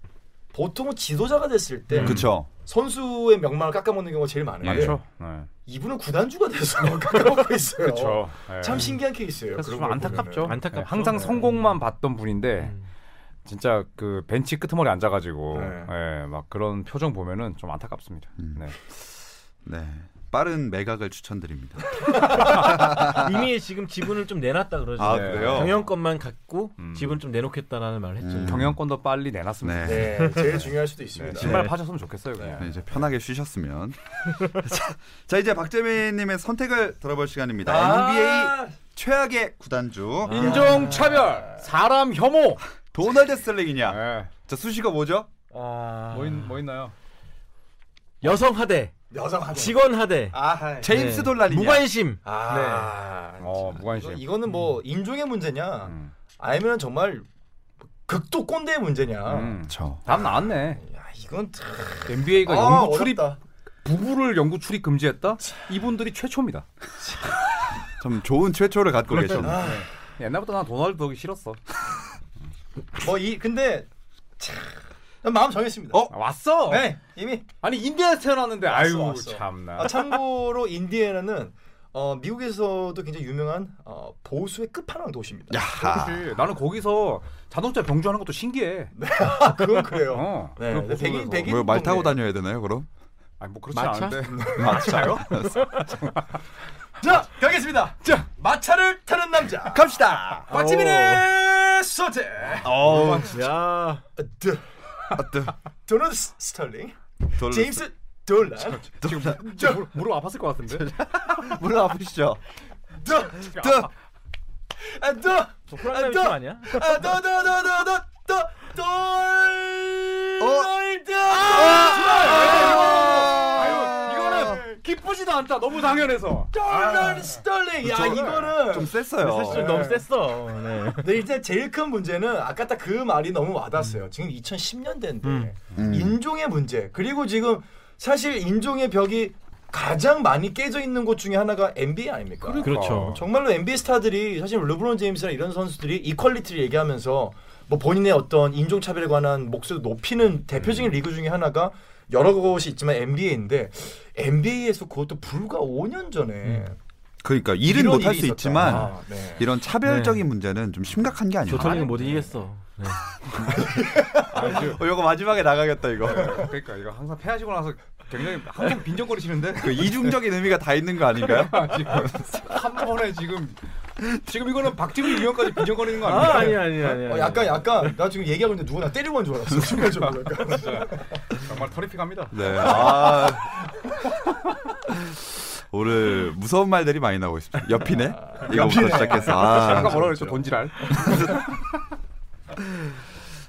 C: 보통은 지도자가 됐을 때
B: 그렇죠.
C: 선수의 명망을 깎아먹는 경우가 제일 많은데
E: 음. 많죠. 네.
C: 이분은 구단주가 돼서 깎아먹고 있어요.
E: 그렇죠. 예.
C: 참 신기한 케이스예요.
E: 그래서
C: 그런
E: 좀
C: 걸
E: 안타깝죠.
C: 보면은.
D: 안타깝죠.
E: 예, 항상
D: 네.
E: 성공만 봤던 분인데
D: 음.
E: 진짜 그 벤치 끄트머리 앉아가지고
C: 네.
E: 예, 막 그런 표정 보면은 좀 안타깝습니다.
B: 음.
E: 네.
B: 네. 빠른 매각을 추천드립니다.
D: 이미 지금 지분을 좀 내놨다 그러죠.
B: 아
E: 네.
B: 그래요?
D: 경영권만 갖고
E: 음.
D: 지분 좀 내놓겠다라는 말을 했죠.
B: 음.
E: 경영권도 빨리 내놨으면
B: 네.
E: 좋겠어요.
C: 네, 제일 중요할 수도 있습니다.
E: 신발
D: 네.
E: 파셨으면 좋겠어요. 그냥.
B: 네, 이제 편하게 쉬셨으면. 자, 자 이제 박재민님의 선택을 들어볼 시간입니다. NBA
C: 아,
B: 최악의 구단주
C: 네.
E: 인종 차별, 사람 혐오.
B: 도널드
C: 아.
B: 슬링이냐?
E: 네.
B: 자 수식어 뭐죠?
D: 아.
E: 뭐, 있, 뭐 있나요?
D: 여성 하대,
C: 여성 한
D: 직원 하대,
C: 아, 제...
B: 제임스
D: 네.
B: 돌란이냐?
D: 무관심.
C: 아,
E: 어,
C: 이거-
E: 무관심.
C: 이거는 뭐 인종의 문제냐,
E: 음.
C: 아니면 정말 극도 꼰대의 문제냐.
E: 음.
B: 저.
E: 답 나왔네.
C: 야, 이건 참-
E: NBA가
C: 아,
E: 영구 출입
C: 어렵다.
E: 부부를 영구 출입 금지했다? 이분들이 최초입니다.
B: 참 좋은 최초를 갖고 계셨네.
C: 아,
E: 옛날부터 난 도널드 덕이 싫었어.
C: 뭐이 근데 참, 난 마음 정했습니다.
E: 아, 왔어.
C: 네, 이미.
E: 아니 인디아에서 태어났는데 아유
C: 왔어.
E: 참나.
C: 아, 참고로 인디애나는 어, 미국에서도 굉장히 유명한 어, 보수의 끝판왕 도시입니다.
B: 야하.
E: 그렇지. 나는 거기서 자동차 병주하는 것도 신기해.
C: 그건 그래요.
E: 어.
C: 네,
E: 그런
C: 백인-
E: 모습에서.
C: 백인-
B: 뭐 말 타고
C: 동네.
B: 다녀야 되나요 그럼?
E: 아니 뭐 그렇지
D: 마차?
E: 않은데.
B: 맞아요.
C: 자, 가겠습니다. 자, 마차를 타는 남자.
B: 갑시다.
C: 박지민의 소재.
B: 어우.
D: 야,
C: 드,
B: 어때?
C: 도널드 스- 스털링,
B: 돌-
C: 제임스 돌란,
E: 지금 저, 무릎, 무릎 아팠을 것 같은데.
B: 물론 아프시죠?
C: 드,
B: 드.
C: 아, 드,
D: 저 프랑스
C: 아, 또-
D: 아니야?
C: 아, 더, 더, 더, 더, 더, 더, 돌.
E: 아유 이거는 기쁘지도 않다. 너무 당연해서.
C: 돌란 스털링. 야, 이거는
B: 좀 셌어요.
D: 좀 너무 셌어. 네.
C: 근데 이제 제일 큰 문제는 아까 딱 그 말이 너무
D: 음.
C: 와닿았어요. 지금 2010년대인데 인종의 문제 그리고 지금 사실 인종의 벽이 가장 많이 깨져 있는 곳 중에 하나가 NBA 아닙니까?
D: 그렇죠.
C: 정말로 NBA 스타들이 사실 르브론 제임스나 이런 선수들이 이퀄리티를 얘기하면서 뭐 본인의 어떤 인종 차별에 관한 목소리 높이는
D: 음.
C: 대표적인 리그 중에 하나가 여러 곳이 있지만 NBA인데 NBA에서 그것도 불과 5년 전에
D: 음.
B: 그러니까 일은
C: 이런
B: 못 할
C: 일이
B: 수
C: 있었다.
B: 있지만
C: 아, 네.
B: 이런 차별적인 문제는 좀 심각한 게 아니야.
D: 조털링은 못 이기겠어. 네.
B: 어, 이거 마지막에 나가겠다 이거.
C: 네.
E: 그러니까 이거 항상 패하시고 나서 굉장히 항상 빈정거리시는데
B: 그 이중적인 의미가 다 있는 거 아닌가요?
E: 지금 한 번에 지금 지금 이거는 박지민 위원까지 빈정거리는 거
D: 아, 아니야,
E: 아니에요?
D: 아니야, 아니야.
E: 네.
C: 어, 약간 약간 나 지금 얘기하고 있는데 누가 나 때리고 한줄 알았어 순간적으로 약간.
E: 정말 터리픽합니다.
B: 네. 아. 오늘 무서운 말들이 많이 나오고 있습니다. 옆이네. 이거부터 시작해서. 아,
E: 아까 뭐라 그랬죠? 돈지랄.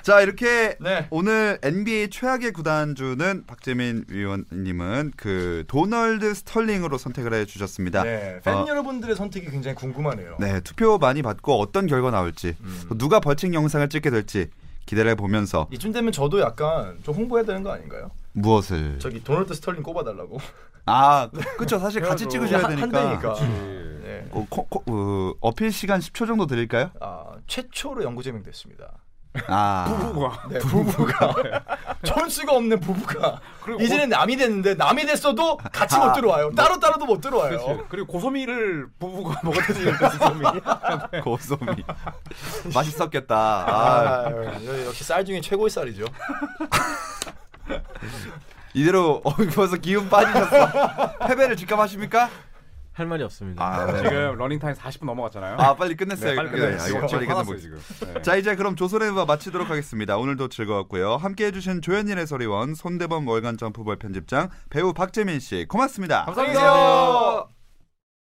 B: 자 이렇게
C: 네.
B: 오늘 NBA 최악의 구단주는 박재민 위원님은 그 도널드 스털링으로 선택을 해주셨습니다.
C: 네, 팬
B: 어.
C: 여러분들의 선택이 굉장히 궁금하네요.
B: 네, 투표 많이 받고 어떤 결과 나올지 또 누가 벌칙 영상을 찍게 될지 기대를 해보면서
C: 이쯤 되면 저도 약간 좀 홍보해야 되는 거 아닌가요?
B: 무엇을
C: 저기 도널드 스털링 꼽아달라고.
B: 아 그쵸 사실 같이 찍으셔야
C: 한- 한
B: 되니까
C: 대니까.
E: 네.
C: 네.
B: 어, 코- 코- 어, 어필 시간 10초 정도 드릴까요?
C: 아, 최초로 연구 제명됐습니다.
B: 아
E: 부부가
C: 네, 부부가 존수가 없는 부부가
E: 그리고 어.
C: 이제는 남이 됐는데 남이 됐어도 같이
B: 아,
C: 못 들어와요. 따로 따로도 못
E: 그렇지.
C: 들어와요.
E: 그리고 고소미를 부부가 먹었다는 고소미.
B: 고소미 맛있었겠다. 아,
C: 아, 역시 쌀 중에 최고의 쌀이죠.
B: 이대로 어, 벌써 기운 빠지셨어. 패배를 직감하십니까?
D: 할 말이 없습니다.
B: 아, 네.
E: 지금 러닝 타임 40분 넘어갔잖아요.
B: 아 빨리 끝냈어요.
E: 네, 빨리
B: 그래,
E: 끝내요.
B: 이거
E: 지금
B: 빨리
E: 지금 화났어요,
B: 끝내보겠습니다.
E: 지금. 네.
B: 자 이제 그럼 조선의 음악 마치도록 하겠습니다. 오늘도 즐거웠고요. 함께해 주신 조현일 해설위원, 손대범 월간 점프볼 편집장, 배우 박재민 씨 고맙습니다.
E: 감사합니다.
C: 안녕히 계세요.